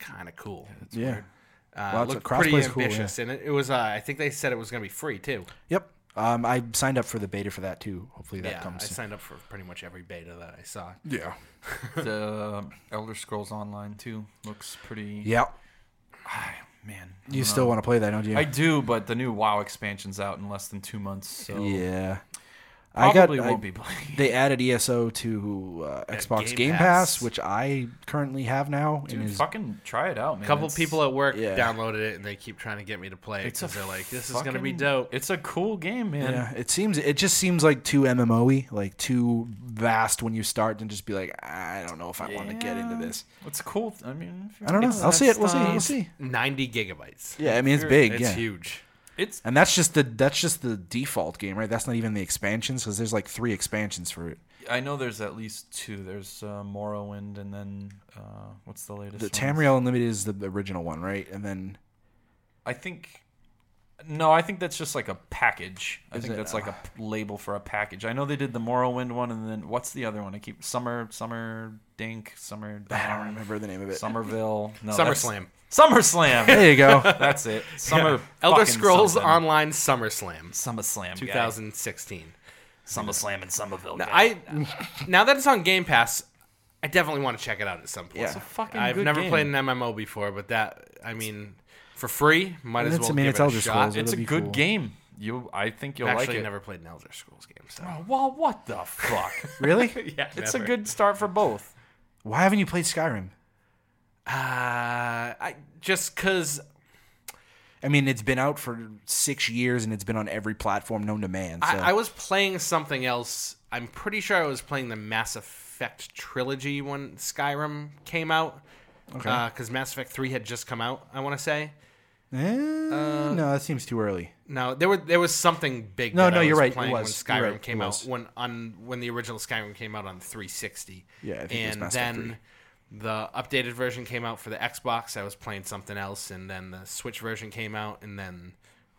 S3: kind of cool.
S1: yeah.
S3: Uh,
S1: Lots of
S3: looked
S1: cross
S3: pretty
S1: play's cool, yeah.
S3: ambitious, and it, it was. Uh, I think they said it was going to be free too.
S1: Yep. Um, I signed up for the beta for that too. Hopefully that
S3: yeah,
S1: comes.
S3: I signed up for pretty much every beta that I saw.
S1: yeah.
S2: the Elder Scrolls Online too looks pretty.
S1: Yeah.
S2: Man.
S1: You still want to play that, don't you?
S2: I do, but the new WoW expansion's out in less than two months, so
S1: yeah.
S2: probably
S1: I got. I-
S2: won't be playing.
S1: <laughs> They added ESO to uh, Xbox
S3: Game
S1: Game,
S3: Pass.
S1: Pass. which I currently have now. and
S2: Dude,
S1: is-
S2: fucking try it out, man.
S3: A couple
S2: It's-
S3: people at work
S1: yeah.
S3: downloaded it, and they keep trying to get me to play it
S2: It's a
S3: because they're like, "This is going to be
S2: fucking-
S3: dope."
S2: It's a cool game, man.
S1: yeah, it seems it just seems like too MMOE, like too vast when you start, and just be like, I don't know if I want to get into
S2: Yeah.
S1: this.
S2: It's cool. I mean, if
S1: I don't know.
S2: it's-
S1: I'll see it. We'll see.
S2: that's,
S1: We'll
S2: uh,
S1: see.
S3: Ninety gigabytes.
S1: Yeah, I mean it's big.
S3: It's
S1: yeah.
S3: huge.
S2: It's
S1: And that's just the that's just the default game, right? That's not even the expansions because there's like three expansions for it.
S2: I know there's at least two. There's uh, Morrowind, and then uh, what's the latest?
S1: The
S2: one?
S1: Tamriel Unlimited is the original one, right? And then
S2: I think. No, I think that's just like a package. I
S1: Is it-
S2: think
S1: Ah.
S2: that's like a p- label for a package. I know they did the Morrowind one, and then what's the other one? I keep Summer, Summer Dink, Summer.
S1: <sighs> I don't
S2: Dawn,
S1: remember the name of it. <laughs>
S2: Somerville. No, that's-
S3: SummerSlam.
S2: SummerSlam.
S1: There you go.
S3: <laughs>
S2: that's
S1: <laughs>
S2: it. Summer.
S3: Elder
S2: fucking
S3: Scrolls
S2: something.
S3: Online SummerSlam
S2: SummerSlam. guy.
S3: 2016.
S2: SummerSlam in Somerville. guy.
S3: I now that it's on Game Pass, I definitely want to check it out at some point.
S1: Yeah. It's
S2: a fucking
S3: I've
S2: good
S3: never
S2: game.
S3: played an MMO before, but that I mean, for free, might as
S1: That's-
S3: well
S1: I mean,
S3: give
S1: it's
S3: it a
S1: Elder
S3: shot.
S1: Scrolls,
S2: it's a
S1: That'd be
S2: good
S1: cool.
S2: game. You, I think you'll
S3: I've actually
S2: like it.
S3: never played an Elder Scrolls game, so
S2: Oh, well, <laughs> what the fuck?
S1: <laughs> Really?
S3: <laughs> yeah,
S2: it's a good start for both.
S1: Why haven't you played Skyrim?
S3: Uh, I just because
S1: I mean, it's been out for six years and it's been on every platform known to man. So.
S3: I, I was playing something else. I'm pretty sure I was playing the Mass Effect trilogy when Skyrim came out.
S1: Okay.
S3: Because Mass Effect 3 had just come out, I want to say.
S1: Eh,
S3: Uh,
S1: no, that seems too early.
S3: No, there were there was something big.
S1: No,
S3: that
S1: no,
S3: I
S1: you're
S3: was
S1: right, it
S3: Playing
S1: was,
S3: when
S1: you're
S3: Skyrim
S1: right, it
S3: came out
S1: was.
S3: when on when the original Skyrim came out on 360.
S1: Yeah, I think it was
S3: and
S1: Mass Effect
S3: then the updated version came out for the Xbox. I was playing something else, and then the Switch version came out, and then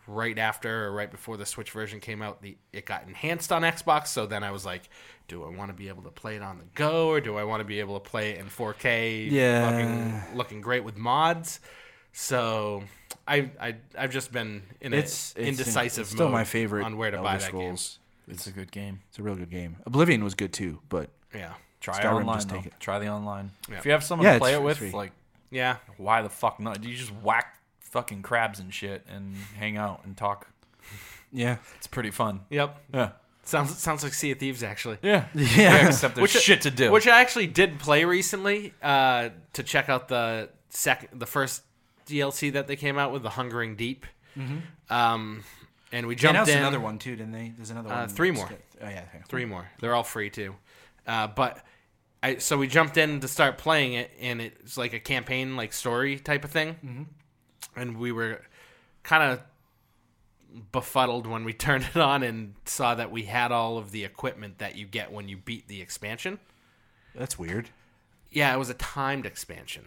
S3: right after or right before the Switch version came out, the it got enhanced on Xbox. So then I was like, do I want to be able to play it on the go, or do I want to be able to play it in 4K?
S1: Yeah.
S3: fucking looking great with mods. So I I I've just been in a
S1: It's, it's
S3: indecisive.
S1: It's still
S3: mode
S1: my favorite.
S3: on where to
S1: Elder
S3: buy that
S1: Scrolls.
S2: It's a good game.
S1: It's a real good game. Oblivion was good too, but
S3: game. Yeah,
S2: Try it
S1: Skyrim,
S2: online.
S1: just take
S2: though.
S1: it.
S2: Try the online.
S3: Yeah.
S2: If you have someone
S1: Yeah,
S2: to
S1: it's
S2: play it
S1: for
S2: with,
S1: free.
S2: like,
S3: yeah.
S2: why the fuck not? You just whack fucking crabs and shit and hang out and talk.
S1: yeah,
S2: It's pretty fun.
S3: Yep.
S2: Yeah.
S3: Sounds sounds like Sea of Thieves actually.
S2: Yeah.
S1: yeah.
S2: Except there's shit to do.
S3: Which I actually did play recently uh, to check out the second, the first DLC that they came out with, The Hungering Deep.
S1: Mm-hmm.
S3: Um, and we
S1: They
S3: jumped
S1: announced
S3: in
S1: another one too, didn't they? There's another
S3: Uh,
S1: one.
S3: three more.
S1: Oh yeah, yeah.
S3: three more. They're all free too. Uh, but I so we jumped in to start playing it, and it's like a campaign, like story type of thing.
S2: Mm-hmm.
S3: And we were kind of befuddled when we <laughs> turned it on and saw that we had all of the equipment that you get when you beat the expansion.
S1: That's weird.
S3: Yeah, it was a timed expansion.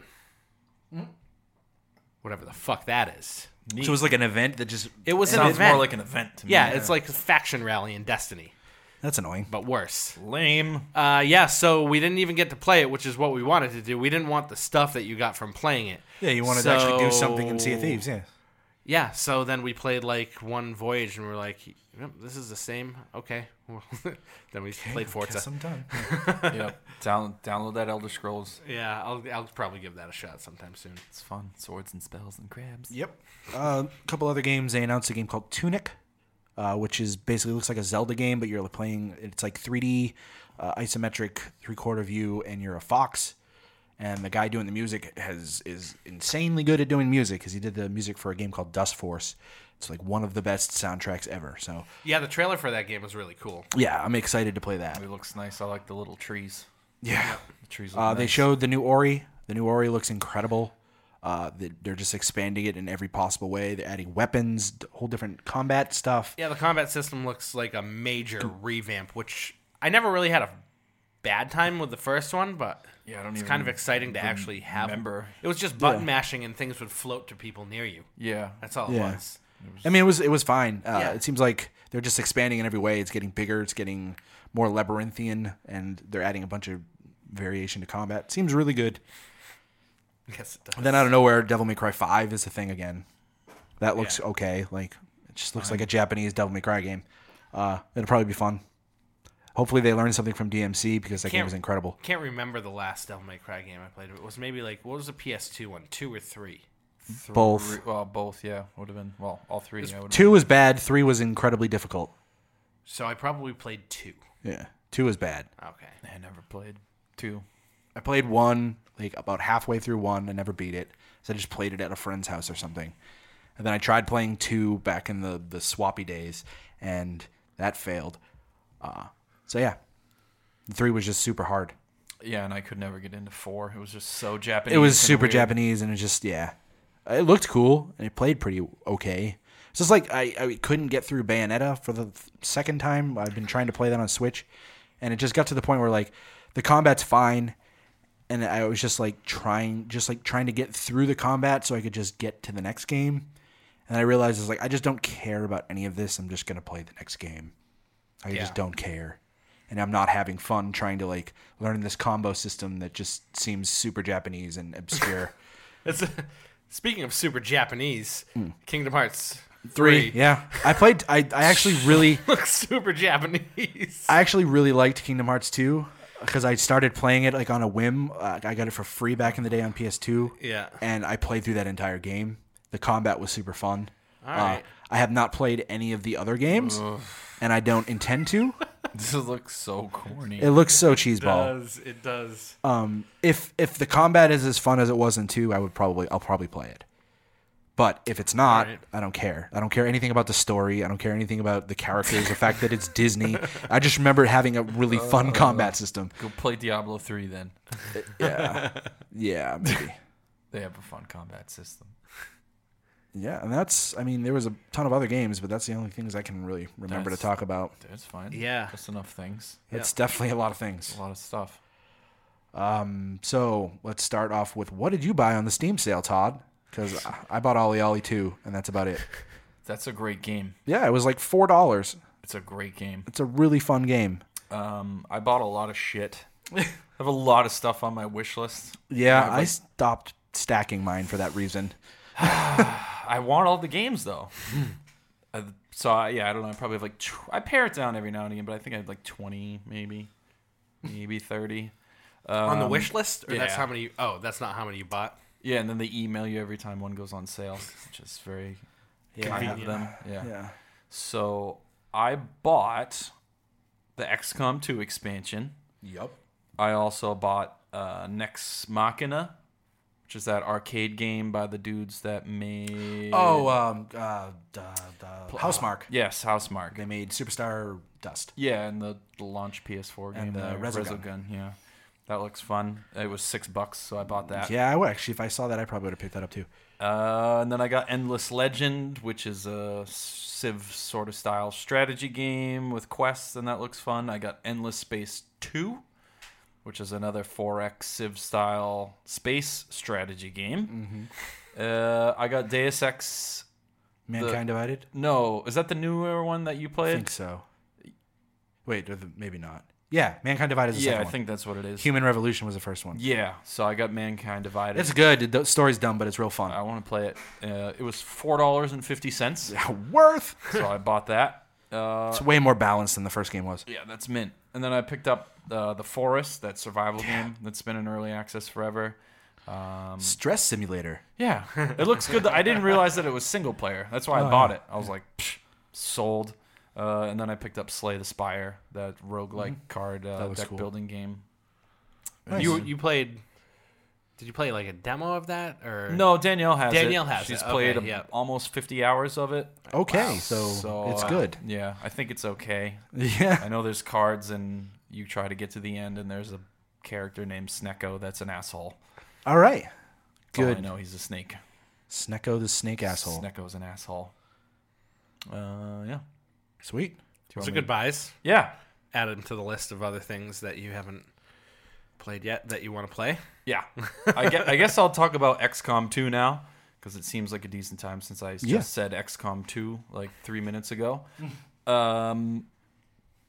S2: Mm-hmm.
S3: Whatever the fuck that is.
S1: So it was like an event that just.
S3: It was an
S2: Sounds
S3: event.
S2: more like an event to me.
S3: yeah, it's like a faction rally in Destiny,
S1: That's annoying.
S3: but worse.
S2: lame.
S3: Uh, yeah, so we didn't even get to play it, which is what we wanted to do. We didn't want the stuff that you got from playing it.
S1: Yeah, you wanted to actually do something in
S3: and
S1: Sea
S3: see a
S1: of Thieves. Yeah.
S3: Yeah, so then we played like one voyage, and we are like, yep, "This is the same." Okay, <laughs> well, then we played Forza.
S1: Sometime.
S2: yep. Down, download that Elder Scrolls.
S3: Yeah, I'll, I'll probably give that a shot sometime soon.
S2: It's fun. Swords and spells and crabs.
S1: Yep. A Uh, couple other games. They announced a game called Tunic, uh, which is basically looks like a Zelda game, but you're playing. It's like 3D uh, isometric three quarter view, and you're a fox. And the guy doing the music has is insanely good at doing music because he did the music for a game called Dust Force. It's like one of the best soundtracks ever. So
S3: Yeah, the trailer for that game was really cool.
S1: yeah, I'm excited to play that.
S2: It looks nice. I like the little trees.
S1: Yeah.
S2: The trees. Look
S1: Uh,
S2: nice.
S1: They showed the new Ori. The new Ori looks incredible. Uh, they- they're just expanding it in every possible way. They're adding weapons, d- whole different combat stuff.
S3: Yeah, the combat system looks like a major revamp, which I never really had a bad time with the first one, but
S2: Yeah, I don't
S3: it's
S2: even
S3: kind of exciting to actually have.
S2: remember.
S3: It was just button mashing and things would float to people near you.
S2: Yeah.
S3: That's all
S1: Yeah.
S3: it was.
S1: I mean, it was it was fine. Uh,
S3: Yeah.
S1: It seems like they're just expanding in every way. It's getting bigger. It's getting more labyrinthian, and they're adding a bunch of variation to combat. Seems really good.
S3: Yes, it
S1: And
S3: does.
S1: then out of nowhere, Devil May Cry Five is a thing again. That looks okay. Like it just looks like a Japanese Devil May Cry game. Uh, it'll probably be fun. Hopefully, they learned something from DMC because that game
S3: Can't-
S1: was incredible.
S3: Can't remember the last Devil May Cry game I played. It was maybe like what was the PS2 one, two or three?
S1: Both.
S2: Well, both. Yeah, would have been. Well, all three. Yeah, would've
S1: Two was bad. Three was incredibly difficult.
S3: So I probably played two.
S1: Yeah, two was bad.
S3: Okay. <laughs>
S2: been- I never played two.
S1: I played one like about halfway through one. I never beat it, so I just played it at a friend's house or something. And then I tried playing two back in the the swappy days, and that failed. Uh, so yeah, three was just super hard.
S2: Yeah, and I could never get into four. It was just so Japanese.
S1: It was
S2: and
S1: super
S2: weird.
S1: Japanese, and it just yeah, it looked cool and it played pretty okay. It's just like I, I couldn't get through Bayonetta for the th- second time. I've been trying to play that on Switch, and it just got to the point where like the combat's fine, and I was just like trying, just like trying to get through the combat so I could just get to the next game. And I realized it's like I just don't care about any of this. I'm just gonna play the next game. I just
S3: Yeah.
S1: don't care. And I'm not having fun trying to like learn this combo system that just seems super Japanese and
S3: <laughs>
S1: obscure.
S3: That's speaking of super Japanese,
S2: Hmm.
S3: Kingdom Hearts
S1: Yeah. I played I, I actually really
S3: <laughs> looks super Japanese.
S1: I actually really liked Kingdom Hearts 2 because I started playing it like on a whim. Uh, I got it for free back in the day on PS2.
S3: Yeah.
S1: And I played through that entire game. The combat was super fun. All
S3: right.
S1: I have not played any of the other games, and I don't intend to.
S2: <laughs> This looks so corny.
S1: It looks
S3: <laughs>
S1: so cheeseball.
S3: does it does.
S1: Um, if if the combat is as fun as it was in two, I would probably I'll probably play it. But if it's not,
S3: Alright.
S1: I don't care. I don't care anything about the story. I don't care anything about the characters. the fact that it's Disney. I just remember it having a really fun combat system.
S2: Go play Diablo three then.
S1: Yeah, yeah, maybe.
S2: They have a fun combat system.
S1: Yeah, and that's. I mean, there was a ton of other games, but that's the only things I can really remember
S2: That's-
S1: to talk about.
S2: That's fine.
S3: Yeah.
S2: That's enough things.
S1: It's definitely a lot of things.
S2: A lot of stuff.
S1: Um, so let's start off with what did you buy on the Steam sale, Todd? Because I bought Ollie Ollie two, and that's about it.
S2: That's a great game.
S1: Yeah, it was like four dollars.
S2: It's a great game.
S1: It's a really fun game.
S2: Um, I bought a lot of shit. I have a lot of stuff on my wish list.
S1: Yeah,
S2: I've,
S1: I
S2: like-
S1: stopped stacking mine for that reason.
S2: I want all the games though. Uh, so I, yeah, I don't know. I probably have like tw- I pare it down every now and again, but I think I have like twenty, maybe, maybe thirty.
S3: On the wish list, or that's
S2: yeah.
S3: how many? You, oh, that's not how many you bought.
S2: Yeah, and then they email you every time one goes on sale, which is very kind of them. Yeah.
S1: Yeah.
S2: So I bought the XCOM 2 expansion.
S1: Yep.
S2: I also bought uh, Nex Machina, which which is that arcade game by the dudes that made.
S1: Oh, um, uh, duh, duh, Housemark.
S2: yes, Housemark.
S1: They made Superstar Dust.
S2: Yeah, and the, the launch PS4 game,
S1: And the Resogun.
S2: Resogun, Yeah, that looks fun. It was six bucks, so I bought that.
S1: Yeah, I would actually. If I saw that, I probably would have picked that up too.
S2: Uh, and then I got Endless Legend, which is a Civ sort of style strategy game with quests, and that looks fun. I got Endless Space 2, which is another 4X Civ style space strategy game.
S1: Mm-hmm.
S2: Uh, I got Deus Ex.
S1: Mankind Divided.
S2: No, is that the newer one that you
S1: I
S2: played?
S1: think so. Wait, or the, maybe not. Yeah, Mankind Divided is the
S2: yeah, I
S1: second one.
S2: think that's what it is.
S1: Human Revolution was the first one.
S2: yeah, so I got Mankind Divided.
S1: It's good. The story's dumb, but it's real fun.
S2: I want to play it. Uh, it was four dollars and fifty cents,
S1: <laughs> Worth.
S2: so I
S1: <laughs>
S2: bought that. Uh,
S1: It's way more balanced than the first game was.
S2: yeah, that's mint. And then I picked up uh, the Forest, that survival game that's been in early access forever. Um,
S1: Stress Simulator.
S2: yeah, it looks good. I didn't realize that it was single player. That's
S1: Oh,
S2: why I bought it. I was like, Psh, sold. Uh, and then I picked up Slay the Spire, that roguelike card uh,
S1: Mm-hmm. That looks
S2: deck
S1: cool.
S2: building game.
S3: You you played? Did you play like a demo of that or
S2: No, Danielle has it.
S3: Danielle has
S2: She's
S3: it.
S2: played
S3: Okay,
S2: a-
S3: yep.
S2: almost 50 hours of it.
S1: Okay, so, it's
S2: uh, <laughs>
S1: good.
S2: yeah, I think it's okay.
S1: Yeah.
S2: I know there's cards, and you try to get to the end, and there's a character named Sneko that's an asshole.
S1: All right.
S2: That's all Oh, I
S1: Good.
S2: know he's a snake.
S1: Sneko the snake asshole.
S2: Sneko's an asshole. Uh, yeah,
S1: Sweet.
S3: So good buys.
S2: yeah,
S3: Add them to the list of other things that you haven't played yet that you want to play.
S1: <laughs>
S2: yeah. I guess, I guess I'll talk about XCOM 2 now because it seems like a decent time since I just
S1: Yeah.
S2: said XCOM 2 like three
S1: <laughs>
S2: minutes ago. um,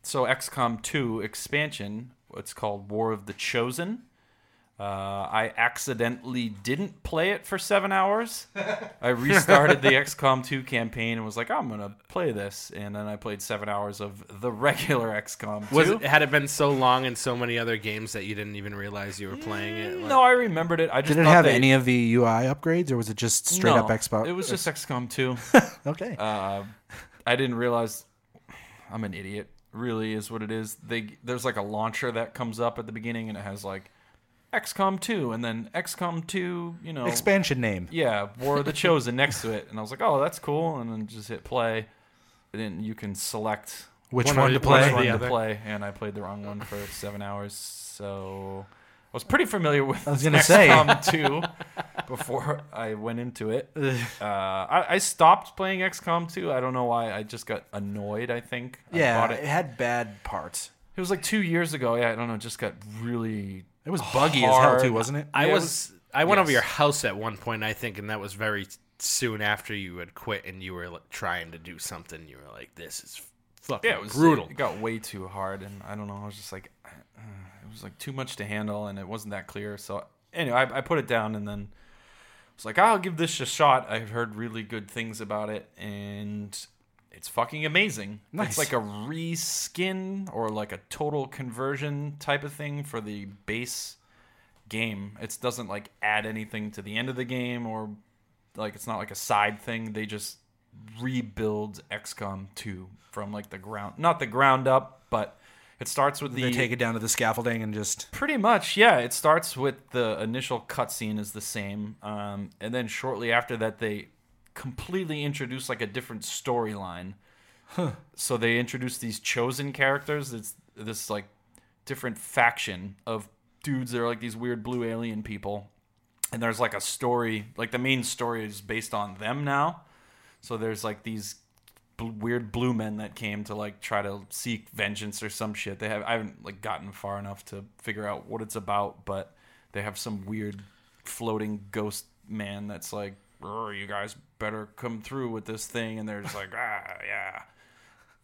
S2: so XCOM 2 expansion, it's called War of the Chosen. Uh, I accidentally didn't play it for seven hours.
S1: <laughs>
S2: I restarted the XCOM 2 campaign and was like, I'm gonna play this, and then I played seven hours of the regular XCOM 2.
S3: Was it, had it been so long and so many other games that you didn't even realize you were playing it? like-
S2: No, I remembered it. I just
S1: Did it
S2: thought
S1: have
S2: they-
S1: any of the UI upgrades, or was it just straight up
S2: No,
S1: Xbox?
S2: It was just XCOM
S1: <laughs>
S2: 2.
S1: okay.
S2: uh, I didn't realize I'm an idiot. Really is what it is. They there's like a launcher that comes up at the beginning and it has like XCOM 2 and then XCOM 2, you know,
S1: Expansion name.
S2: yeah, War of the Chosen next to it. And I was like, "Oh, that's cool." And then just hit play. And then you can select
S1: Which
S3: One
S1: one,
S3: or
S1: to
S3: the- one
S1: play?
S3: or the
S2: one uh, to
S3: other.
S2: play and I played the wrong one for 7 hours. So I was pretty familiar with I
S1: was gonna say.
S2: <laughs> XCOM 2 before I went
S1: <laughs>
S2: into it. Uh, I, I stopped playing XCOM 2. I don't know why. I just got annoyed, I think. I
S1: yeah,
S2: bought
S1: it.
S2: it.
S1: had bad parts.
S2: it was like 2 years ago. Yeah, I don't know. It just got really.
S1: It was buggy as hell
S2: Hard.
S1: too, wasn't it?
S3: I
S2: Yeah, it
S3: was,
S2: was-
S3: I went over
S2: yes.
S3: your house at one point, I think, and that was very soon after you had quit and you were like, trying to do something. You were like, "This is fucking
S2: Yeah, it was
S3: brutal."
S2: It got way too hard, and I don't know. I was just like, uh, it was like too much to handle, and it wasn't that clear. So anyway, I, I put it down, and then was like, I'll give this a shot. I've heard really good things about it, and it's fucking amazing.
S1: Nice.
S2: It's like a reskin or like a total conversion type of thing for the base game. It doesn't like add anything to the end of the game or like it's not like a side thing. They just rebuild XCOM 2 from like the ground, not the ground up, but it starts with the
S1: They take it down to the scaffolding and just
S2: Pretty much, yeah. It starts with the initial cutscene is the same, um, and then shortly after that, they completely introduce like a different storyline. So they introduce these chosen characters. It's this like different faction of dudes that are like these weird blue alien people, and there's like a story. Like the main story is based on them now. So there's like these bl- weird blue men that came to like try to seek vengeance or some shit. They have I haven't like gotten far enough to figure out what it's about, but they have some weird floating ghost man that's like, "Rrr, "You guys better come through with this thing," and they're just like, "Ah, yeah."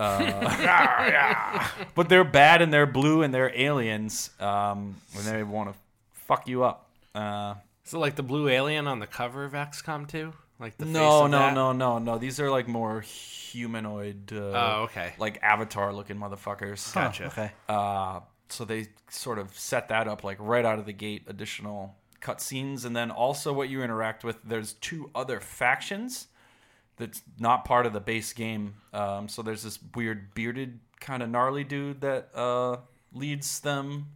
S2: Uh, but they're bad and they're blue and they're aliens, um, and they want to fuck you up. Uh,
S3: Is it like the blue alien on the cover of XCOM 2? Like the face
S2: no,
S3: of
S2: no,
S3: that?
S2: no, no, no. These are like more humanoid, uh,
S3: Oh, okay.
S2: like avatar-looking motherfuckers.
S3: Gotcha.
S1: okay.
S2: Uh, so they sort of set that up like right out of the gate. Additional cutscenes, and then also what you interact with. There's two other factions that's not part of the base game. Um, so there's this weird bearded Uh, kind of gnarly dude that uh, leads them.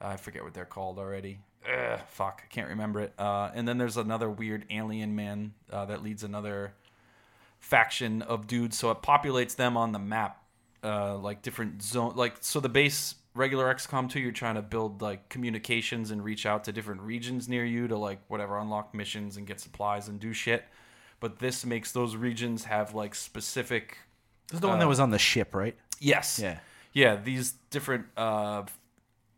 S2: I forget what they're called already. Ugh, fuck, I can't remember it. Uh, and then there's another weird alien man uh, that leads another faction of dudes. So it populates them on the map, uh, like different zone. Like so, the base regular XCOM two, you're trying to build like communications and reach out to different regions near you to like whatever unlock missions and get supplies and do shit. But this makes those regions have like specific
S1: This is the one that was on the ship, right?
S2: Yes.
S1: Yeah.
S2: Yeah. These different. Uh,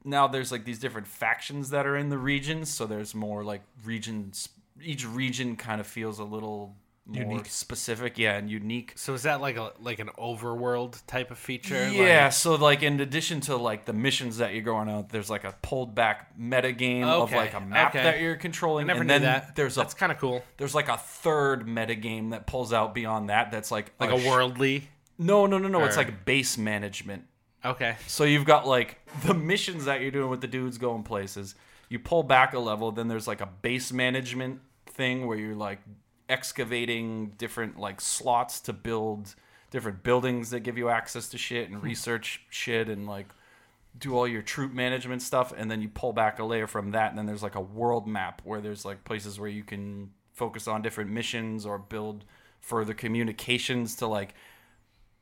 S2: now there's like these different factions that are in the regions, so there's more like regions. Each region kind of feels a little more
S1: Unique.
S2: specific, yeah, and unique.
S3: So is that like a like an overworld type of feature?
S2: Yeah,
S3: Like,
S2: so like in addition to like the missions that you're going on, there's like a pulled back metagame of
S3: Okay,
S2: like a map
S3: okay.
S2: that you're controlling.
S3: I never
S2: and
S3: knew
S2: then
S3: that.
S2: There's a
S3: that's kind of cool.
S2: there's like a third metagame that pulls out beyond that. That's like
S3: Like
S2: sh-
S3: a worldly.
S2: No, no, no, no. It's
S3: or-
S2: like base management.
S3: Okay.
S2: So you've got like the missions that you're doing with the dudes going places. You pull back a level, then there's like a base management thing where you're like excavating different like slots to build different buildings that give you access to shit and research shit and like do all your troop management stuff and then you pull back a layer from that and then there's like a world map where there's like places where you can focus on different missions or build further communications to like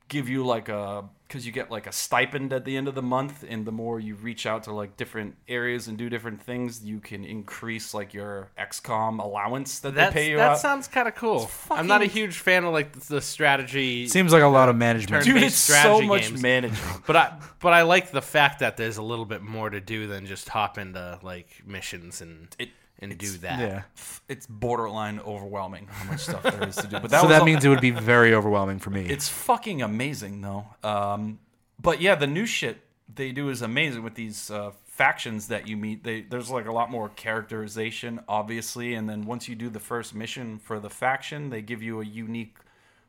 S2: give you like a because you get like a stipend at the end of the month and the more you reach out to like different areas and do different things you can increase like your xcom allowance that
S3: That's,
S2: they pay you
S3: that
S2: out
S3: sounds kind of cool. I'm not a
S2: fucking-
S3: huge fan of like the strategy,
S1: Seems like a lot of management.
S3: Turn-
S2: dude
S3: based
S2: it's so
S3: strategy
S2: much
S3: games.
S2: management
S3: but I but I like the fact that there's a little bit more to do than just hop into like missions and
S2: It-
S3: and do
S2: it's-
S3: that.
S1: yeah.
S2: it's borderline overwhelming how much stuff there is to do but that
S1: so
S2: was
S1: that
S2: all-
S1: means it would be very overwhelming for me.
S2: It's fucking amazing though. Um, but yeah, the new shit they do is amazing with these uh, factions that you meet. They, there's like a lot more characterization, obviously, and then once you do the first mission for the faction, they give you a unique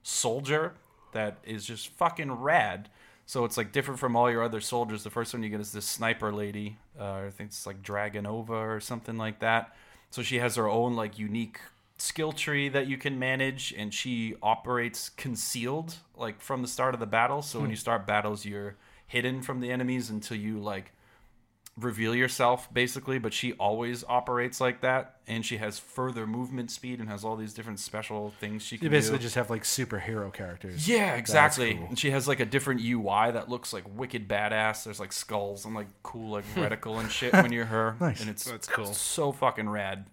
S2: soldier that is just fucking rad. So it's like different from all your other soldiers. The first one you get is this sniper lady. Uh, I think it's like Dragonova or something like that. So she has her own like unique skill tree that you can manage, and she operates concealed like from the start of the battle. So when you start battles, you're hidden from the enemies until you like reveal yourself basically but she always operates like that and she has further movement speed and has all these different special things she
S1: <laughs>
S2: can
S1: you basically
S2: do.
S1: just have like superhero characters.
S2: Yeah, exactly.
S1: cool.
S2: And she has like a different UI that looks like wicked badass. There's like skulls and like cool like reticle
S1: <laughs>
S2: and shit when you're her.
S1: Hmm. Nice.
S2: And it's
S3: That's cool.
S2: so fucking rad.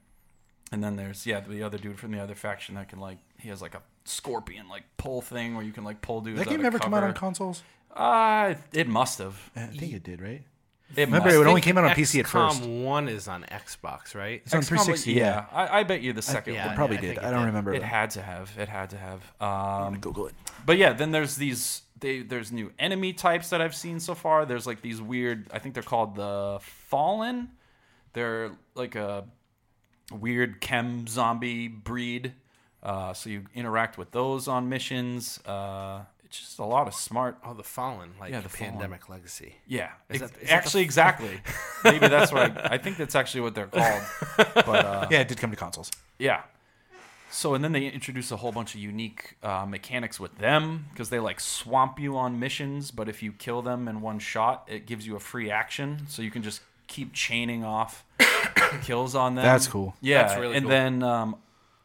S2: And then there's yeah, the other dude from the other faction that can like he has like a scorpion like pull thing where you can like pull dudes.
S1: That
S2: out
S1: game
S2: of
S1: never come out on
S2: cover.
S1: consoles.
S2: Uh it must have.
S1: I think it did, right?
S2: It
S1: Remember,
S2: must
S1: it only
S2: have.
S1: came out on PC at
S3: XCOM
S1: first.
S3: One is on Xbox, right?
S1: It's on
S2: XCOM,
S1: 360. Yeah,
S2: Yeah, I, I bet you the second
S3: yeah,
S2: one.
S1: it probably
S3: I
S1: did.
S3: think
S1: I,
S3: it
S1: don't
S3: did.
S1: remember.
S2: It
S1: though.
S2: had to have. It had to have. Um,
S1: Google it.
S2: But yeah, then there's these. They, there's new enemy types that I've seen so far. There's like these weird. I think they're called the Fallen. They're like a weird chem zombie breed. Uh, so you interact with those on missions. Uh, it's just a lot of smart.
S3: Oh, the Fallen, like
S2: Yeah,
S3: yeah,
S2: The
S3: the
S2: Fallen.
S3: Pandemic Legacy.
S2: Yeah,
S3: Is
S2: ex-
S3: that- is that the-
S2: actually,
S3: <laughs>
S2: exactly. Maybe that's what I, I think. That's actually what they're called. But uh,
S1: Yeah, it did come to consoles.
S2: yeah. So and then they introduce a whole bunch of unique uh, mechanics with them because they like swamp you on missions, but if you kill them in one shot, it gives you a free action, so you can just keep chaining off <coughs> kills on them.
S1: That's cool.
S2: Yeah,
S3: That's really
S2: and
S3: cool.
S2: then um,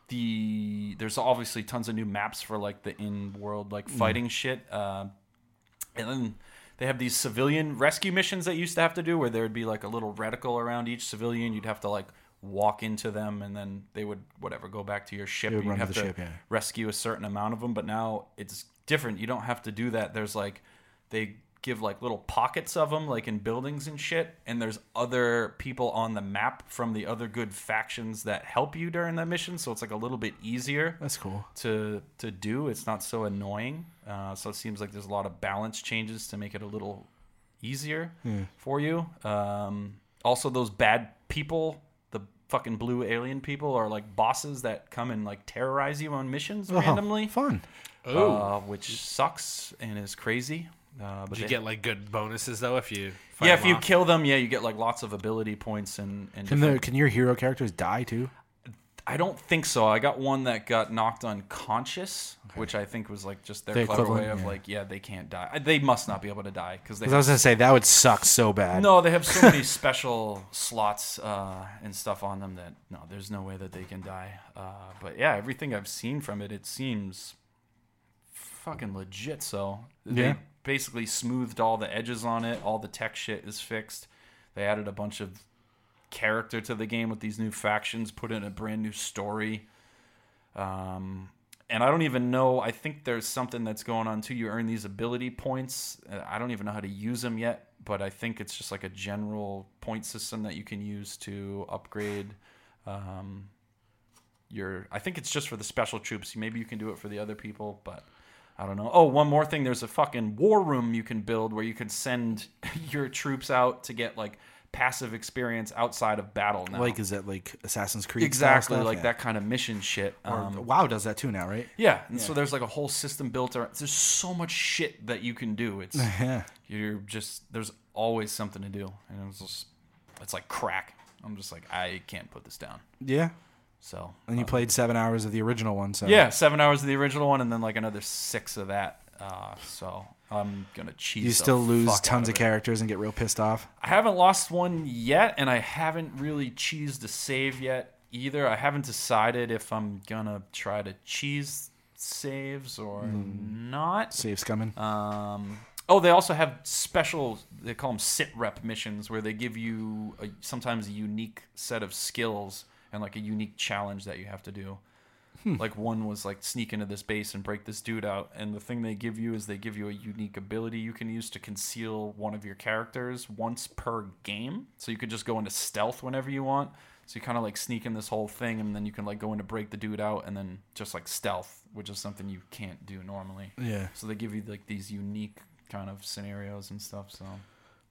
S2: the there's obviously tons of new maps for like the in-world like
S1: Mm.
S2: fighting shit. Um, and then they have these civilian rescue missions that you used to have to do where there would be like a little reticle around each civilian. You'd have to like walk into them and then they would, whatever, go back to your ship.
S1: would
S2: and You'd
S1: run to
S2: have
S1: the ship, yeah.
S2: rescue a certain amount of them. But now it's different. You don't have to do that. There's like, they give like little pockets of them, like in buildings and shit. And there's other people on the map from the other good factions that help you during that mission. So it's like a little bit easier
S1: That's cool.
S2: to to do. It's not so annoying. Uh, so it seems like there's a lot of balance changes to make it a little easier
S3: Hmm.
S2: for you. Um, also, those bad people, the fucking blue alien people, are like bosses that come and like terrorize you on missions
S1: Oh,
S2: randomly,
S1: fun.
S3: Oh.
S2: uh, which sucks and is crazy. Uh, but
S3: Did you
S2: they-
S3: get like good bonuses though if you? fight
S2: yeah, if
S3: them
S2: you
S3: off?
S2: kill them, yeah, you get like lots of ability points and and
S1: Can the
S2: different-
S1: can your hero characters die too?
S2: I don't think so. I got one that got knocked unconscious, which I think was like just their
S1: The
S2: clever way
S1: equivalent,
S2: of
S1: yeah.
S2: like, yeah, they can't die. Uh, They must not be able to die because they.
S1: I was gonna say that would suck so bad.
S2: no, they have so many <laughs> special slots uh, and stuff on them that no, there's no way that they can die. Uh, but yeah, everything I've seen from it, it seems fucking legit. So they
S1: Yeah.
S2: basically smoothed all the edges on it. All the tech shit is fixed. They added a bunch of character to the game with these new factions. Put in a brand new story. Um, and I don't even know. I think there's something that's going on too. You earn these ability points. Uh, I don't even know how to use them yet, but I think it's just like a general point system that you can use to upgrade um, your. I think it's just for the special troops. Maybe you can do it for the other people, but I don't know. Oh, one more thing. There's a fucking war room you can build where you can send <laughs> your troops out to get like passive experience outside of battle. Now.
S1: Like is that like Assassin's Creed? style
S2: exactly
S1: stuff?
S2: like
S1: Yeah.
S2: that kind of mission shit.
S1: Or
S2: Um,
S1: WoW does that too now, right?
S2: yeah, and so there's like a whole system built around. There's so much shit that you can
S1: <laughs>
S2: do. It's
S1: Yeah.
S2: you're just there's always something to do, and it's just it's like crack. I'm just like I can't put this down.
S1: Yeah. <laughs>
S2: So
S1: And you played seven hours of the original one, so
S2: yeah, seven hours of the original one, and then like another six of that. Uh, so I'm gonna cheat.
S1: you still lose tons of characters and get real pissed off.
S2: I haven't lost one yet, and I haven't really cheesed a save yet either. I haven't decided if I'm gonna try to cheese saves or
S1: Mm.
S2: not.
S1: Saves coming.
S2: Um, oh, they also have special. They call them sit rep missions, where they give you a, sometimes a unique set of skills and like a unique challenge that you have to do. Like one was like sneak into this base and break this dude out, and the thing they give you is they give you a unique ability you can use to conceal one of your characters once per game. So you could just go into stealth whenever you want. So you kind of like sneak in this whole thing, and then you can like go in to break the dude out, and then just like stealth, which is something you can't do normally.
S1: yeah.
S2: So they give you like these unique kind of scenarios and stuff. So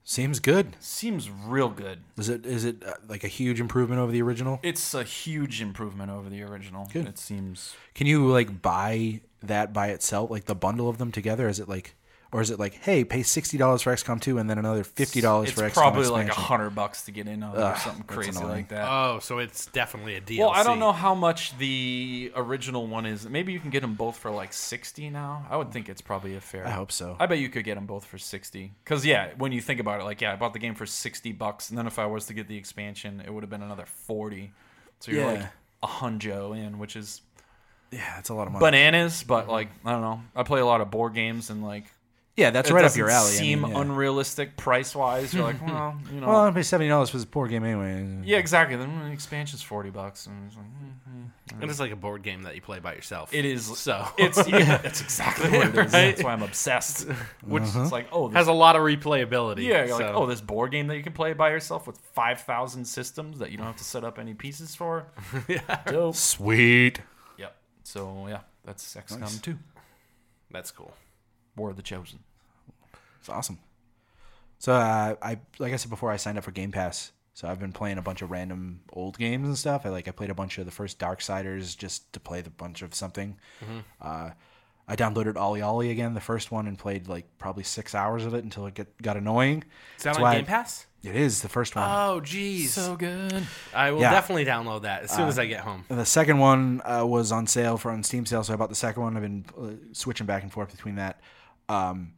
S1: Seems good.
S2: seems real good.
S1: Is it is it uh, like a huge improvement over the original?
S2: It's a huge improvement over the original.
S1: Good.
S2: It seems
S1: Can you like buy that by itself, like the bundle of them together? Is it like, or is it like, hey, pay sixty dollars for XCOM two and then another fifty dollars
S2: it's
S1: for XCOM
S2: probably like a
S1: expansion?
S2: hundred bucks to get in on it or
S1: Ugh,
S2: something
S1: that's
S2: crazy
S1: annoying.
S2: like that.
S3: Oh, so it's definitely a DLC.
S2: well, I don't know how much the original one is. Maybe you can get them both for like sixty now. I would think it's probably a fair.
S1: I hope so.
S2: I bet you could get them both for sixty. Cause yeah, when you think about it, like yeah, I bought the game for sixty bucks, and then if I was to get the expansion, it would have been another forty. So you're like
S1: Yeah.
S2: a hunjo in, which is
S1: yeah, it's a lot of money.
S2: bananas, but like I don't know. I play a lot of board games and like
S1: yeah, that's
S2: it
S1: right up
S2: doesn't
S1: your alley. I
S2: Seem
S1: mean, yeah.
S2: unrealistic price wise. You're like, <laughs> well, you know,
S1: Well, I pay seventy dollars for this poor game anyway.
S2: yeah, exactly. Then the expansion's forty bucks, and it's like, mm, mm.
S3: And it's like a board game that you play by yourself.
S2: it is
S3: So
S2: <laughs> It's yeah, that's exactly <laughs> what it is. That's
S3: Right?
S2: why I'm <laughs> obsessed.
S1: Mm-hmm.
S2: Which is like, oh, this,
S3: has a lot of replayability.
S2: <laughs> yeah, you're like,
S3: so-
S2: oh, this board game that you can play by yourself with five thousand systems that you don't have to set up any pieces <laughs> for. Dope.
S1: Sweet.
S2: Yep. So yeah, that's XCOM
S1: Nice.
S2: 2,
S3: that's cool.
S2: War of the Chosen.
S1: It's awesome. So uh, I, like I said before, I signed up for Game Pass. So I've been playing a bunch of random old games and stuff. I like I played a bunch of the first Darksiders just to play the bunch of something.
S3: Mm-hmm.
S1: Uh, I downloaded Ollie Ollie again, the first one, and played like probably six hours of it until it get, got annoying.
S3: Is that
S1: That's
S3: on
S1: why-
S3: Game Pass?
S1: It is the first one.
S3: Oh, jeez.
S2: good.
S3: I will
S1: Yeah. Uh,
S3: definitely download that as soon as I get home.
S1: And the second one uh, was on sale for on Steam sale, so I bought the second one. I've been uh, switching back and forth between that. Um,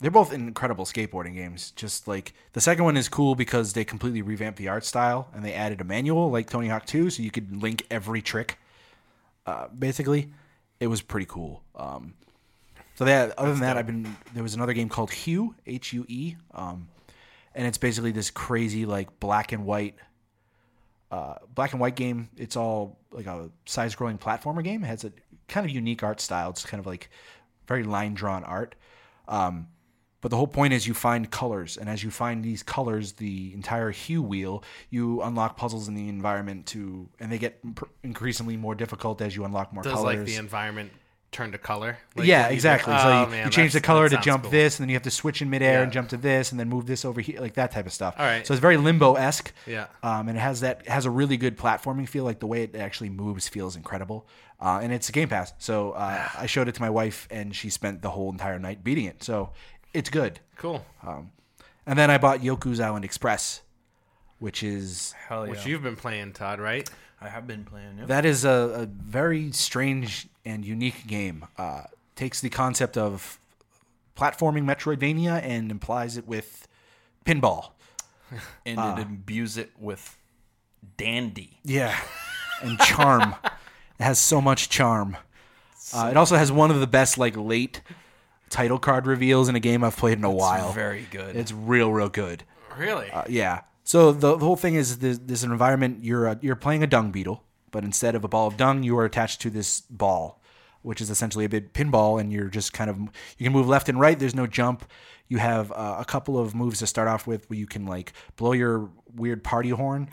S1: they're both incredible skateboarding games. Just like the second one is cool because they completely revamped the art style and they added a manual like Tony Hawk 2, so you could link every trick. Uh, basically, it was pretty cool. Um, so that other than that, I've been there was another game called Hue H U E, um, and it's basically this crazy like black and white uh, black and white game. It's all like a side scrolling platformer game. It has a kind of unique art style. It's kind of like very line drawn art. Um, but the whole point is you find colors, and as you find these colors, the entire hue wheel, you unlock puzzles in the environment to, and they get pr- increasingly more difficult as you unlock more
S3: Does
S1: colors.
S3: like the environment turn to color? Like,
S1: yeah,
S3: you-
S1: exactly. so
S3: Oh,
S1: you,
S3: man,
S1: you change the
S3: that's-
S1: color
S3: that
S1: to
S3: sounds
S1: jump
S3: cool.
S1: this, and then you have to switch in midair and
S3: Yeah.
S1: jump to this, and then move this over here, like that type of stuff.
S3: All right.
S1: So it's very limbo esque.
S3: Yeah.
S1: Um, and it has that it has a really good platforming feel. Like the way it actually moves feels incredible. Uh, and it's a Game Pass, so
S3: <sighs>
S1: uh, I showed it to my wife, and she spent the whole entire night beating it. So it's good.
S3: Cool.
S1: Oh, And then I bought Yoku's Island Express, which is
S2: Hell yeah.
S1: Uh,
S3: Which you've been playing, Todd, right?
S2: I have been playing. Yep.
S1: That is a, a very strange and unique game. Uh, takes the concept of platforming Metroidvania and implies it with pinball.
S2: and
S1: Ah.
S2: it imbues it with dandy.
S1: Yeah. <laughs> And charm. it has so much charm. Uh, it also has one of the best like late title card reveals in a game I've played in a while.
S2: Very good.
S1: It's real, real good.
S3: Really?
S1: Uh, yeah. So the, the whole thing is this, this environment. You're a, you're playing a dung beetle, but instead of a ball of dung, you are attached to this ball, which is essentially a big pinball, and you're just kind of you can move left and right. There's no jump. You have uh, a couple of moves to start off with where you can like blow your weird party horn,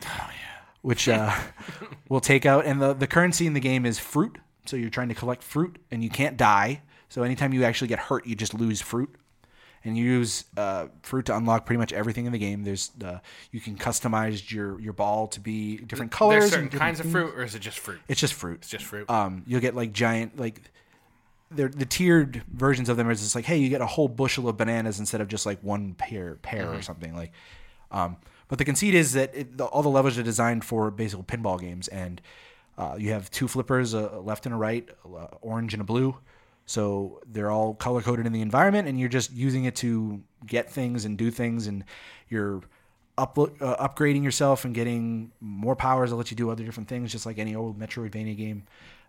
S1: which
S3: <laughs>
S1: uh, will take out. And the the currency in the game is fruit. So you're trying to collect fruit, and you can't die. So anytime you actually get hurt, you just lose fruit and you use uh, fruit to unlock pretty much everything in the game. There's uh, you can customize your your ball to be different colors.
S3: There's
S1: and
S3: certain
S1: different
S3: kinds of
S1: things.
S3: fruit, or is it just fruit?
S1: It's just fruit. It's
S3: just fruit.
S1: Um, you'll get like giant like. They're, the tiered versions of them is just like, hey, you get a whole bushel of bananas instead of just like one pear, pear
S3: Mm-hmm.
S1: or something like. Um, but the conceit is that it, the, all the levels are designed for basically pinball games, and uh, you have two flippers, a, a left and a right, a, a orange and a blue. So they're all color coded in the environment, and you're just using it to get things and do things, and you're up, uh, upgrading yourself and getting more powers that let you do other different things, just like any old Metroidvania game.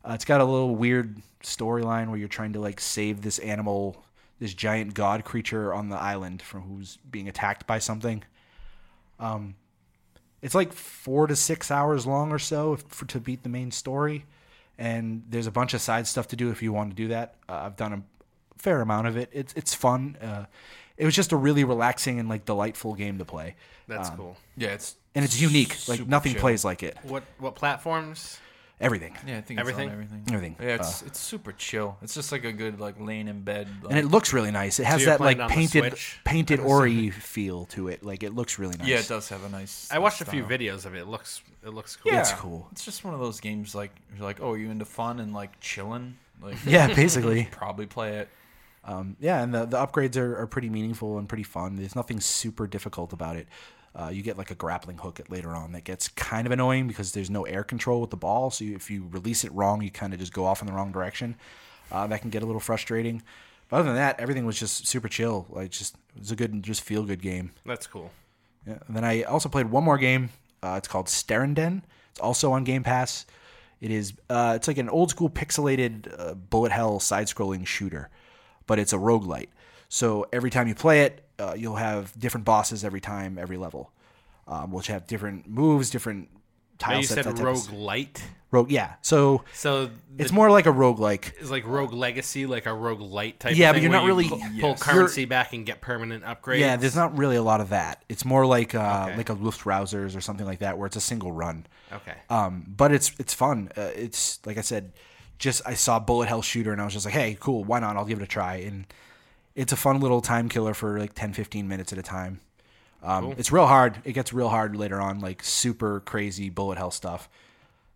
S1: Uh, it's got a little weird storyline where you're trying to like save this animal, this giant god creature on the island from who's being attacked by something. Um, It's like four to six hours long or so if, for, to beat the main story, and there's a bunch of side stuff to do if you want to do that. Uh, I've done a fair amount of it. It's it's fun. Uh, it was just a really relaxing and like delightful game to play, Uh,
S3: That's cool.
S2: yeah, it's
S1: and it's unique. Like
S2: super
S1: nothing
S2: chill.
S1: plays like it.
S3: What what platforms?
S1: Everything,
S2: Yeah, I think it's
S3: Everything?
S2: on everything.
S1: everything. Ah.
S2: Yeah, it's it's super chill. It's just like a good like laying in bed. Like,
S1: and it looks really nice. It has
S3: you're
S1: that
S3: playing
S1: like
S3: on the
S1: painted
S3: Switch?
S1: painted ori feel to it. Like it looks really nice.
S2: yeah, it does have a nice.
S3: I watched a few videos of it. It looks it looks cool.
S2: Yeah,
S1: It's cool.
S2: It's just one of those games like you're like, oh, are you into fun and like chilling?
S1: <laughs>
S2: Like
S1: Yeah, basically.
S2: probably play it.
S1: Um, yeah, and the, the upgrades are, are pretty meaningful and pretty fun. There's nothing super difficult about it. Uh, you get like a grappling hook at later on that gets kind of annoying because there's no air control with the ball. So you, if you release it wrong, you kind of just go off in the wrong direction. Uh, that can get a little frustrating. But other than that, everything was just super chill. Like just it was a good, just feel good game.
S3: That's cool.
S1: Yeah. And then I also played one more game. Uh, it's called Sterenden. It's also on Game Pass. It is. Uh, it's like an old school pixelated uh, bullet hell side-scrolling shooter, but it's a roguelite. So every time you play it, uh, you'll have different bosses every time, every level, um, which have different moves, different tile
S3: you
S1: sets.
S3: said
S1: that type of
S3: rogue
S1: s-
S3: light.
S1: Rogue. Yeah. So
S3: So the,
S1: it's more like a roguelike.
S3: is like rogue legacy, like a rogue light type.
S1: Yeah, but
S3: of thing
S1: you're
S3: where
S1: not
S3: you
S1: really-
S3: pu- pull,
S1: Yes.
S3: currency back and get permanent upgrades.
S1: Yeah, there's not really a lot of that. It's more like uh,
S3: Okay.
S1: like a Luftrausers or something like that, where it's a single run.
S3: okay.
S1: um, but it's it's fun. Uh, it's like I said, just I saw Bullet Hell Shooter and I was just like, hey, cool, why not? I'll give it a try. And it's a fun little time killer for like 10, 15 minutes at a time. Um, It's real hard. It gets real hard later on, like super crazy bullet hell stuff.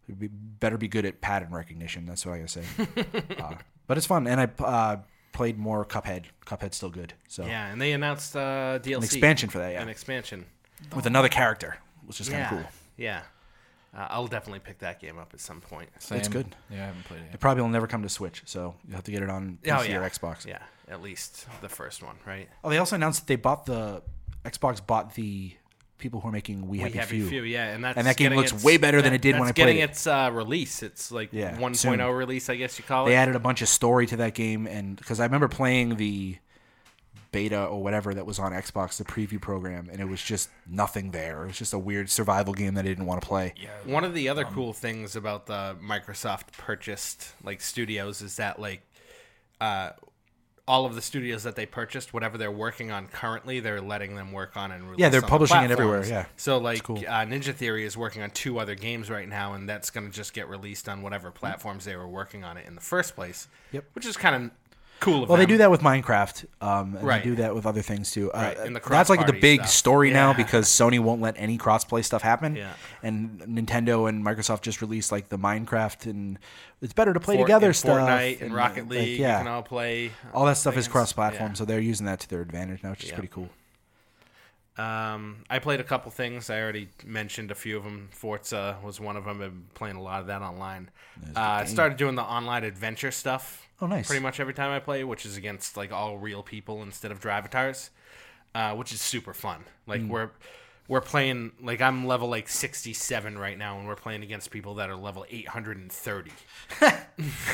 S1: You'd Be, better be good at pattern recognition. That's what I gotta
S3: <laughs>
S1: say. uh, but it's fun, and I uh, played more Cuphead. Cuphead's still good. So
S3: Yeah, and they announced uh, DLC
S1: an expansion for that, yeah,
S3: An expansion.
S1: with another character, which is
S3: yeah.
S1: kind of cool.
S3: Yeah. Uh, I'll definitely pick that game up at some point.
S1: It's good.
S2: Yeah, I haven't played it.
S1: It probably will never come to Switch, so you will have to get it on PC
S3: Oh, yeah.
S1: or Xbox.
S3: Yeah, at least the first one, right?
S1: Oh, they also announced that they bought the Xbox bought the people who are making We Happy,
S3: We Happy
S1: Few.
S3: Few. yeah, and that's
S1: And that game
S3: getting
S1: looks
S3: its-
S1: way better than
S3: that-
S1: it did when
S3: that's
S1: I played
S3: getting
S1: it.
S3: its uh, release. It's like
S1: Yeah,
S3: 1.0
S1: soon.
S3: release, I guess you call
S1: They
S3: it.
S1: added a bunch of story to that game, and because I remember playing the beta or whatever that was on Xbox, the preview program, and it was just nothing there. It was just a weird survival game that I didn't want to play. Yeah,
S3: One of the other
S1: Um,
S3: cool things about the Microsoft purchased like studios is that like uh, all of the studios that they purchased, whatever they're working on currently, they're letting them work on and release.
S1: Yeah, they're
S3: on the
S1: publishing it everywhere,
S3: platforms.
S1: yeah.
S3: So like
S1: cool.
S3: uh, Ninja Theory is working on two other games right now, and that's going to just get released on whatever platforms they were working on it in the first place.
S1: Yep.
S3: Which is kind of cool. Of
S1: well, they
S3: them.
S1: do that with Minecraft, um, and
S3: Right.
S1: they do that with other things too. Uh,
S3: Right, and the
S1: that's like the
S3: cross-party
S1: big
S3: stuff.
S1: story now
S3: Yeah.
S1: because Sony won't let any crossplay stuff happen.
S3: Yeah.
S1: And Nintendo and Microsoft just released like the Minecraft and it's better to play
S3: Fort-
S1: together
S3: and
S1: stuff.
S3: Fortnite and,
S1: and,
S3: Rocket
S1: like,
S3: League.
S1: yeah.
S3: You can all play.
S1: all that stuff is
S3: things.
S1: cross platform,
S3: Yeah.
S1: so they're using that to their advantage now, which is
S3: Yeah.
S1: pretty cool.
S3: Um, I played a couple things. I already mentioned a few of them. Forza was one of them. I've been playing a lot of that online. Uh, I started doing the online adventure stuff.
S1: Oh, nice.
S3: Pretty much every time I play, which is against like all real people instead of drivatars, uh, which is super fun.
S1: Mm.
S3: Like we're we're playing like I'm level like 67 right now, and we're playing against people that are level 830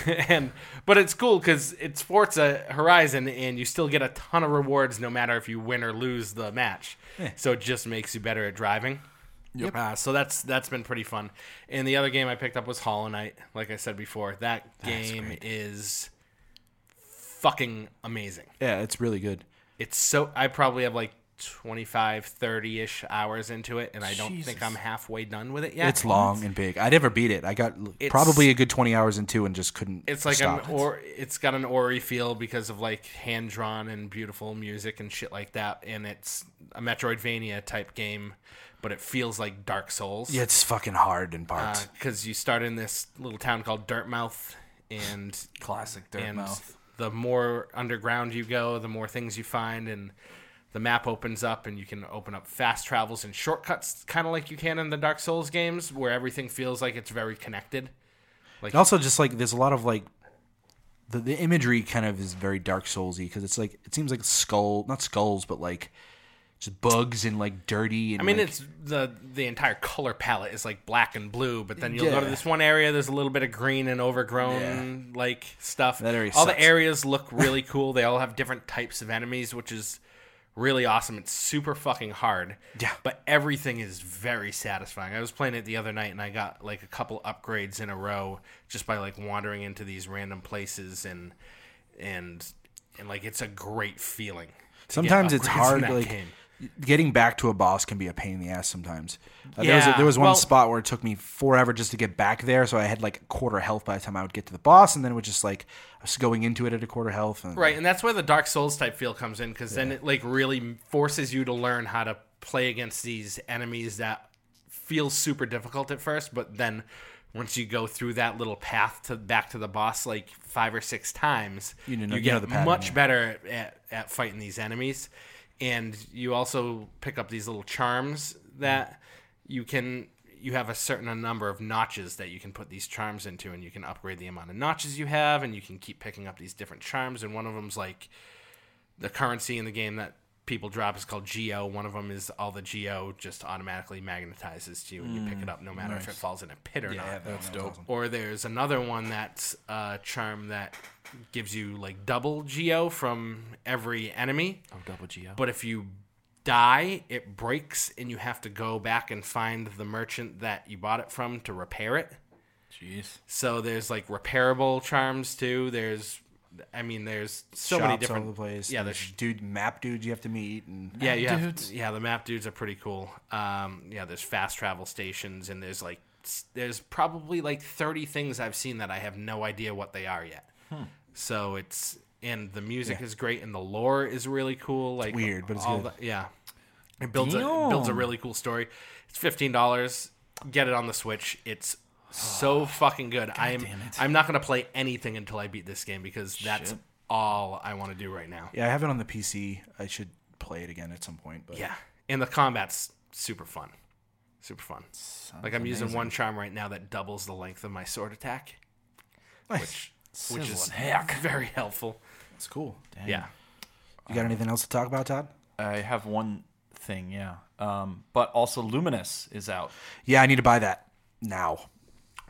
S3: <laughs> and but it's cool because it's Forza Horizon, and you still get a ton of rewards no matter if you win or lose the match. So it just makes you better at driving. Uh, so that's that's been pretty fun. And the other game I picked up was Hollow Knight. Like I said before, that game is fucking amazing.
S1: Yeah, it's really good.
S3: It's so I probably have like 25 30ish hours into it and I don't think I'm halfway done with it yet.
S1: It's long and big. I never beat it. I got l-
S3: It's-
S1: probably a good 20 hours into and just couldn't.
S3: It's like
S1: stop.
S3: an or it's got an Ori feel because of like hand drawn and beautiful music and shit like that, and it's a Metroidvania type game, but it feels like Dark Souls.
S1: yeah, it's fucking hard in parts.
S3: because you start in this little town called Dirtmouth, and
S2: Classic dirt
S3: and
S2: mouth.
S3: the more underground you go, the more things you find, and the map opens up, and you can open up fast travels and shortcuts, kind of like you can in the Dark Souls games, where everything feels like it's very connected.
S1: And also, just like there's a lot of like the, the imagery kind of is very Dark Soulsy because it's like it seems like skull, not skulls, but like just bugs and like dirty. And
S3: I mean,
S1: like,
S3: it's the the entire color palette is like black and blue, but then you'll go to
S1: Yeah.
S3: this one area. There's a little bit of green and overgrown like stuff.
S1: That area
S3: all the
S1: sucks. <laughs>
S3: areas look really cool. They all have different types of enemies, which is really awesome. It's super fucking hard.
S1: Yeah.
S3: but everything is very satisfying. I was playing it the other night, and I got like a couple upgrades in a row just by like wandering into these random places and and and like it's a great feeling. to get
S1: sometimes it's
S3: upgrades in
S1: hard
S3: that
S1: like
S3: game.
S1: getting back to a boss can be a pain in the ass sometimes Uh, there was a,
S3: Yeah,
S1: there was one
S3: well-
S1: spot where it took me forever just to get back there so i had like quarter health by the time i would get to the boss and then it was just like i was going into it at a quarter health and
S3: Right, and that's where the Dark Souls type feel comes in because then it like really forces you to learn how to play against these enemies that feel super difficult at first, but then once you go through that little path to back to the boss like five or six times,
S1: You know- you
S3: get
S1: know the pattern,
S3: much
S1: yeah.
S3: better at, at fighting these enemies, and you also pick up these little charms that you can. You have a certain number of notches that you can put these charms into, and you can upgrade the amount of notches you have, and you can keep picking up these different charms. And one of them's like the currency in the game that people drop is called geo one of them is all the geo just automatically magnetizes to you and you pick
S1: Mm,
S3: it up no matter if it falls in a pit or not
S2: that's dope.
S3: or there's another one that's a charm that gives you like double geo from every enemy
S2: Oh, double G.
S3: but if you die it breaks and you have to go back and find the merchant that you bought it from to repair it
S2: Jeez.
S3: so there's like repairable charms too there's i mean there's so
S1: shops
S3: many different
S1: all over the place
S3: yeah
S1: and
S3: there's
S1: dude map dudes you have to meet and
S3: yeah, yeah,
S2: dudes.
S3: yeah. The map dudes are pretty cool. Um, yeah, there's fast travel stations, and there's like s- there's probably like 30 things I've seen that I have no idea what they are yet.
S1: Hmm.
S3: So it's and the music is great, and the lore is really cool. Like
S1: weird, but it's
S3: all
S1: good.
S3: The, yeah, it builds a, it builds a
S2: Damn.
S3: really cool story. It's fifteen dollars. Get it on the Switch. It's
S1: <sighs>
S3: so fucking good. I am I'm not gonna play anything until I beat this game because that's all I want to do right now.
S1: yeah i have it on the pc i should play it again at some point but
S3: Yeah, and the combat's super fun, super fun. like I'm using one charm right now that doubles the length of my sword attack, <laughs> which which is
S2: Sizzling heck.
S3: very helpful.
S1: it's cool
S3: Yeah,
S1: you got anything else to talk about todd
S2: I have one thing, yeah. Um, but also Luminous is out.
S1: yeah i need to buy that now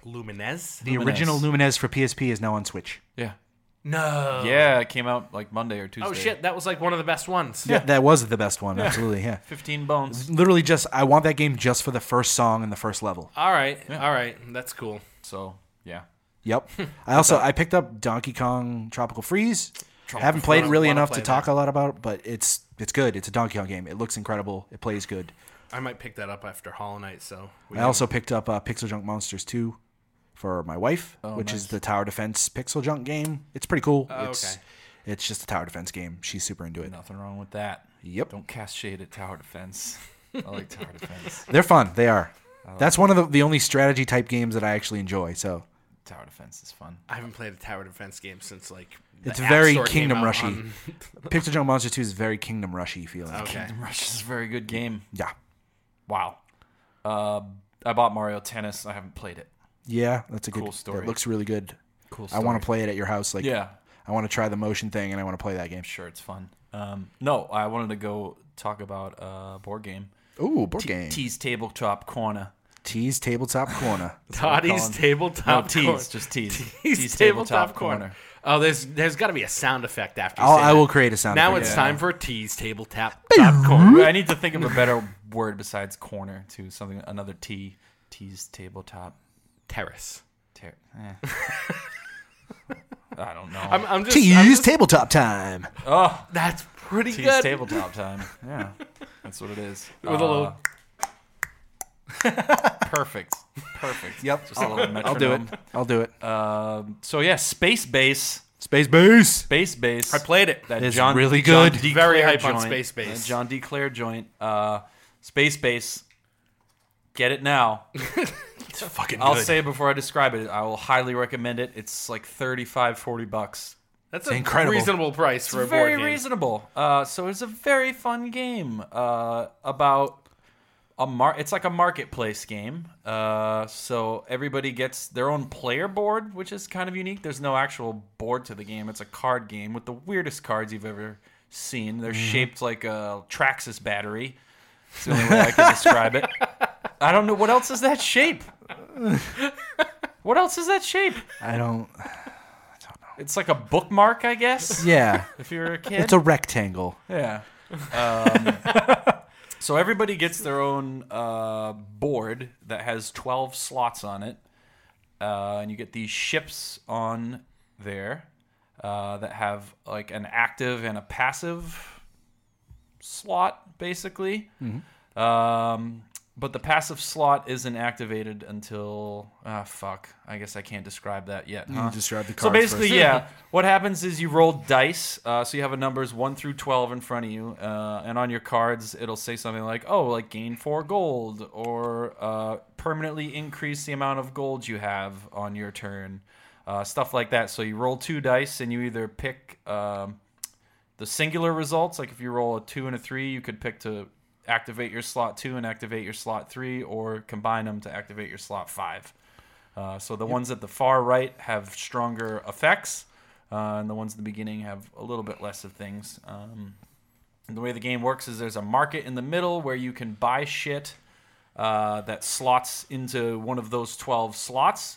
S3: Lumines.
S1: the original Lumines for PSP is now on Switch.
S2: Yeah.
S3: No.
S2: Yeah, it came out like Monday or Tuesday.
S3: Oh shit, that was like one of the best ones.
S1: Yeah. That was the best one, absolutely. Yeah.
S2: 15
S3: Mm-hmm.
S2: bones.
S1: literally just I want that game just for the first song and the first level.
S3: All right, all right, that's cool.
S2: So, yeah.
S3: <laughs>
S1: Yep. I also I picked up Donkey Kong Tropical Freeze. I haven't played it
S3: Freeze,
S1: really
S3: wanna
S1: enough
S3: play
S1: to talk a lot about, it, but it's it's good. It's a Donkey Kong game. It looks incredible. It plays good.
S3: I might pick that up after Hollow Knight. So we
S1: I also picked up uh, Pixel Junk Monsters 2 for my wife,
S3: Oh,
S1: which is the tower defense pixel junk game. It's pretty cool. it's
S3: okay.
S1: it's just a tower defense game. She's super into it.
S2: Nothing wrong with that.
S1: Yep.
S2: Don't cast shade at tower defense. I
S3: <laughs>
S2: like tower defense.
S1: They're fun. They are. That's one of the, the only strategy type games that I actually enjoy. So
S2: Tower Defense is fun.
S3: I haven't played a tower defense game since like the
S1: It's
S3: App
S1: very
S3: Store came
S1: Kingdom
S3: out
S1: Rushy.
S3: on-
S1: <laughs> Pixel Junk Monster 2 is very Kingdom Rushy feeling.
S3: Okay.
S2: Kingdom Rush is a very good game.
S1: Yeah.
S2: Wow. Uh, I bought Mario Tennis. I haven't played it.
S1: Yeah, that's a good
S2: Cool story.
S1: That looks really good.
S2: Cool.
S1: I want to play it at your house. Like,
S2: Yeah,
S1: I want to try the motion thing, and I want to play that game.
S2: sure, it's fun. Um, no, I wanted to go talk about uh, board game.
S1: Ooh, board game.
S2: Tease Tabletop Corner.
S1: Tease tabletop corner.
S3: <laughs> Toddy's
S2: Colin.
S3: tabletop.
S2: no, tease,
S3: corner.
S2: just tease.
S3: <laughs> Tease tabletop corner. Oh, there's there's got to be a sound effect after. You
S1: I'll,
S3: say
S1: I
S3: that.
S1: will create a sound.
S3: Now
S1: effect.
S3: it's
S2: Yeah.
S3: time for tease tabletop top corner.
S2: Wait, I need to think of a better word besides corner to something another T. Tease tabletop.
S3: Terrace.
S2: Ter- eh.
S1: <laughs>
S2: I don't know.
S3: I'm, I'm just.
S1: tease
S3: I'm just-
S1: tabletop time.
S2: oh,
S3: that's pretty
S2: tease
S3: good.
S2: tabletop time. Yeah, that's what it is. Uh,
S3: With a little- <laughs>
S2: perfect, perfect.
S1: Yep.
S2: Just a little
S1: I'll do it.
S2: metronome.
S1: I'll do it.
S2: Um, so yeah, Space Base,
S1: Space base.
S2: Space Base.
S3: I played it.
S2: that
S1: It's
S2: John
S1: really
S2: John
S1: good.
S2: D.
S3: Very
S2: Clare
S3: hype on
S2: joint,
S3: Space Base.
S2: that John D. Clare joint. Uh, Space Base. Get it now.
S3: It's fucking
S2: I'll say it before I describe it. I will highly recommend it. It's like 35, 40 bucks.
S3: that's a
S1: incredible.
S3: reasonable price for a board
S2: very
S3: game.
S2: reasonable. Uh, so it's a very fun game uh, about a mar. It's like a marketplace game. Uh, so everybody gets their own player board, which is kind of unique. There's no actual board to the game. It's a card game with the weirdest cards you've ever seen.
S3: Mm-hmm.
S2: They're shaped like a Traxxas battery. It's the only way I can describe it. I don't know what else is
S3: <laughs>
S2: that shape. What else is that shape?
S1: I don't.
S2: It's like a bookmark, I guess.
S1: Yeah.
S2: If you're a kid,
S1: it's a rectangle.
S2: yeah. Um, so everybody gets their own uh, board that has 12 slots on it. Uh, and you get these ships on there uh, that have like an active and a passive slot, basically. Um, but the passive slot isn't activated until. Ah, fuck. I guess I can't describe that yet. huh?
S1: describe the
S2: So
S1: cards
S2: basically, yeah, what happens is you roll dice. Uh, so you have a numbers one through twelve in front of you, uh, and on your cards it'll say something like, "Oh, like gain four gold," or uh, "Permanently increase the amount of gold you have on your turn," uh, stuff like that. So you roll two dice, and you either pick um, the singular results. Like if you roll a two and a three, you could pick to activate your slot two and activate your slot three, or combine them to activate your slot five. Uh, so the ones at the far right have stronger effects, uh, and the ones at the beginning have a little bit less of things. Um, and the way the game works is there's a market in the middle where you can buy shit uh, that slots into one of those 12 slots.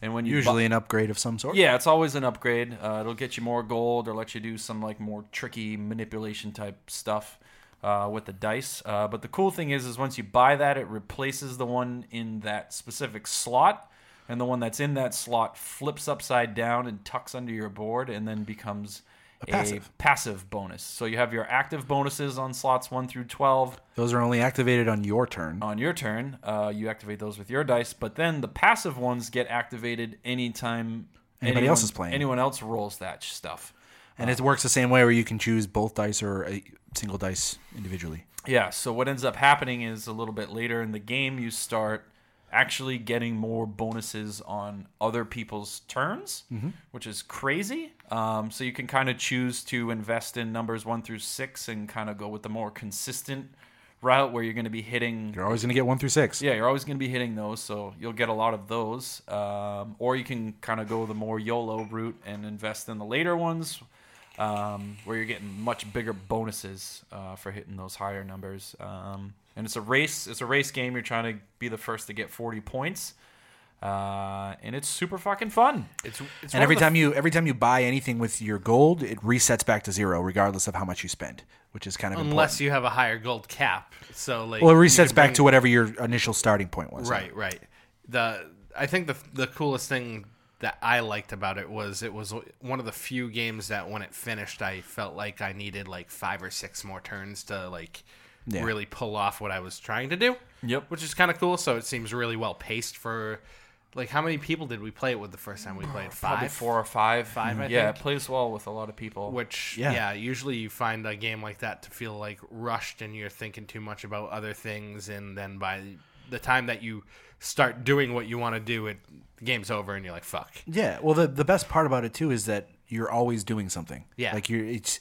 S2: And when you bu-
S1: Usually an upgrade of some sort.
S2: yeah, it's always an upgrade. Uh, it'll get you more gold or let you do some like more tricky manipulation type stuff uh, with the dice. Uh, but the cool thing is, is once you buy that, it replaces the one in that specific slot, and the one that's in that slot flips upside down and tucks under your board, and then becomes a
S1: passive.
S2: passive bonus. So you have your active bonuses on slots one through twelve
S1: Those are only activated on your turn.
S2: on your turn. Uh, you activate those with your dice, but then the passive ones get activated anytime
S1: Anybody
S2: anyone-
S1: else is playing.
S2: Anyone else rolls that stuff.
S1: And it works the same way where you can choose both dice or a single dice individually.
S2: Yeah. So what ends up happening is a little bit later in the game, you start actually getting more bonuses on other people's turns,
S1: Mm-hmm.
S2: which is crazy. Um, so you can kind of choose to invest in numbers one through six and kind of go with the more consistent route where you're going to be hitting
S1: You're always going to get one through six.
S2: Yeah, you're always going to be hitting those, so you'll get a lot of those. Um, or you can kind of go the more YOLO route and invest in the later ones, um, where you're getting much bigger bonuses uh, for hitting those higher numbers. Um, and it's a race. It's a race game. You're trying to be the first to get 40 points, uh, and it's super fucking fun.
S3: It's, it's
S1: and every time you every time you buy anything with your gold, it resets back to zero, regardless of how much you spend, which is kind of
S3: unless you have a higher gold cap, so like
S1: important. Well, it
S3: you can
S1: resets back
S3: bring-
S1: to whatever your initial starting point was.
S3: Right, right. The I think the the coolest thing that I liked about it was it was one of the few games that when it finished I felt like I needed like five or six more turns to like
S1: Yeah.
S3: really pull off what I was trying to do.
S2: Yep.
S3: Which is kind of cool, so it seems really well paced for like how many people did we play it with the first time we played?
S2: Probably
S3: Five.
S2: four or five. Five.
S3: I
S2: yeah,
S3: think.
S2: it plays well with a lot of people.
S3: Which
S1: Yeah.
S3: yeah. usually you find a game like that to feel like rushed and you're thinking too much about other things and then by the time that you start doing what you want to do, it the game's over and you're like, fuck.
S1: Yeah. Well, the the best part about it too is that you're always doing something.
S3: Yeah.
S1: Like you're it's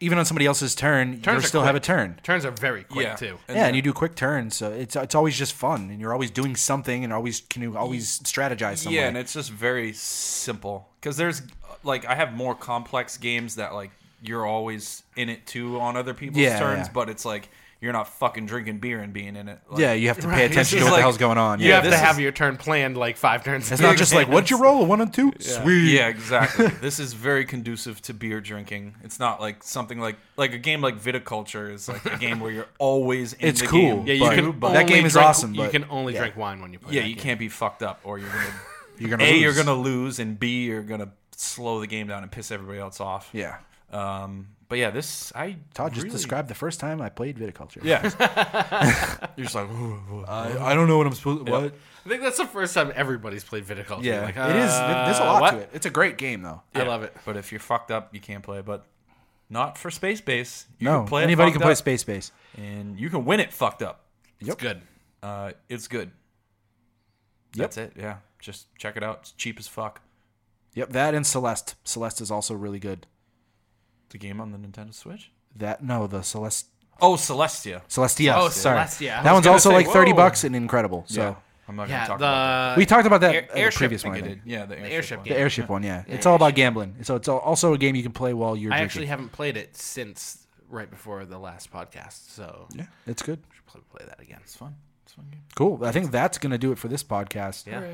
S1: even on somebody else's turn, you
S3: Turns are
S1: still have a
S3: quick.
S1: turn.
S3: Turns are very quick
S2: yeah,
S3: too.
S1: yeah, and you do quick turns, so it's it's always just fun, and you're always doing something, and always can you always strategize. Some
S2: Yeah,
S1: way.
S2: and it's just very simple because there's like I have more complex games that like you're always in it too on other people's
S1: Yeah,
S2: turns,
S1: yeah.
S2: but it's like you're not fucking drinking beer and being in it. Like,
S1: yeah, you have
S2: <laughs>
S1: to pay attention
S2: It's
S1: to what
S2: like-
S1: the hell's going on.
S3: You
S2: Yeah,
S1: Yeah,
S3: have to
S2: this
S3: have
S2: is-
S3: your turn planned like five turns.
S1: it's
S3: <laughs>
S1: not just like what'd you roll a one and two. <laughs> Sweet. <laughs>
S2: Yeah, exactly. this is very conducive to beer drinking. It's not like something like like a game like Viticulture is like a game where
S1: <laughs>
S2: you're always in
S1: It's
S2: the
S1: cool.
S2: game.
S3: yeah, you
S1: but-
S3: can
S1: that
S3: only
S1: game is
S3: drink-
S1: awesome,
S3: You
S1: but-
S3: can only
S1: yeah.
S3: drink wine when you play.
S2: Yeah,
S3: that
S2: you
S3: game.
S2: can't be fucked up or you're gonna
S1: <laughs> You're gonna
S2: A
S1: lose.
S2: you're gonna lose and B you're gonna slow the game down and piss everybody else off.
S1: Yeah.
S2: Um but yeah, this I
S1: Todd just
S2: really-
S1: described the first time I played viticulture.
S2: Yeah. You're just like, "Ooh, ooh."
S1: I, I don't know what I'm supposed. What?
S3: I think that's the first time everybody's played viticulture.
S1: Yeah,
S3: Like,
S1: it is.
S3: uh,
S1: There's a lot
S3: what?
S1: to it. It's a great game though.
S3: I love it.
S2: but if you're fucked up, you can't play. But not for space base. You
S1: no,
S2: can play it
S1: anybody can
S2: fucked
S1: play
S2: up,
S1: Space Base.
S2: and you can win it fucked up.
S1: Yep.
S3: It's good.
S2: Uh, it's good. That's it. Yeah, just check it out. It's cheap as fuck.
S1: Yep, that and Celeste. Celeste is also really good.
S2: The game on the Nintendo Switch.
S1: That no, the Celeste
S2: Oh, Celestia.
S1: Celestia.
S3: Oh,
S1: sorry.
S3: Celestia. I
S1: That
S3: was
S1: one's
S3: gonna
S1: also
S3: say,
S1: like thirty
S3: whoa.
S1: bucks and incredible. So
S2: Yeah, I'm not
S3: Yeah,
S2: gonna talk
S3: the
S2: about
S1: we talked about that
S3: Air-
S1: in the
S3: airship
S1: previous
S2: that.
S1: one.
S2: I
S1: I
S2: think I
S1: think.
S2: did. Yeah, the airship,
S3: airship
S2: one.
S1: The
S3: game.
S1: airship one, yeah. It's all about gambling. So it's al- also a game you can play while you're
S3: I
S1: drinking.
S3: actually haven't played it since right before the last podcast, so
S1: yeah, it's good.
S3: should probably play that again.
S2: It's fun. It's a fun game.
S1: Cool. I think that's going to do it for this podcast.
S3: Yeah.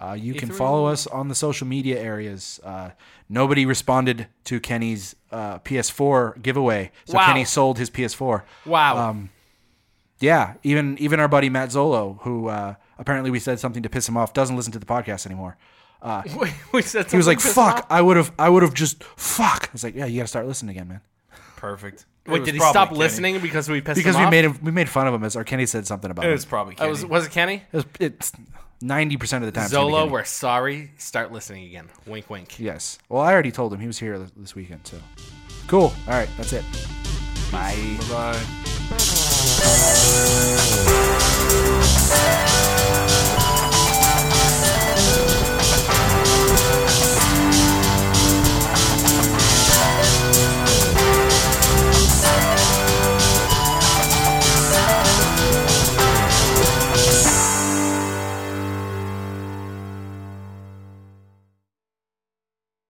S1: Uh, you can follow us on the social media areas. Uh, nobody responded to Kenny's uh, PS4 giveaway, so
S3: Wow.
S1: Kenny sold his PS4.
S3: Wow.
S1: Um,
S3: <laughs>
S1: Yeah, even even our buddy Matt Zolo, who uh, apparently we said something to piss him off, doesn't listen to the podcast anymore. Uh,
S3: we, we said
S1: he was like,
S3: something
S1: "Fuck, I would have, I would have just fuck." I was like, "Yeah, you got to start listening again, man."
S2: Perfect. It
S3: Wait,
S2: was
S3: did he
S2: probably
S3: stop
S2: Kenny.
S3: listening because we pissed
S1: Because
S3: him
S1: we
S3: off?
S1: made him, we made fun of him as our Kenny said something about
S2: It
S1: him.
S2: was probably
S3: It <laughs>
S2: Kenny.
S3: was, was it Kenny?
S1: It was- it's ninety percent of the time. it's gonna be
S3: Zolo,
S1: Kenny.
S3: we're sorry. Start listening again. Wink, wink.
S1: yes. Well, I already told him he was here this- this weekend, so cool. All right, that's it. Bye.
S2: Bye.
S4: Thank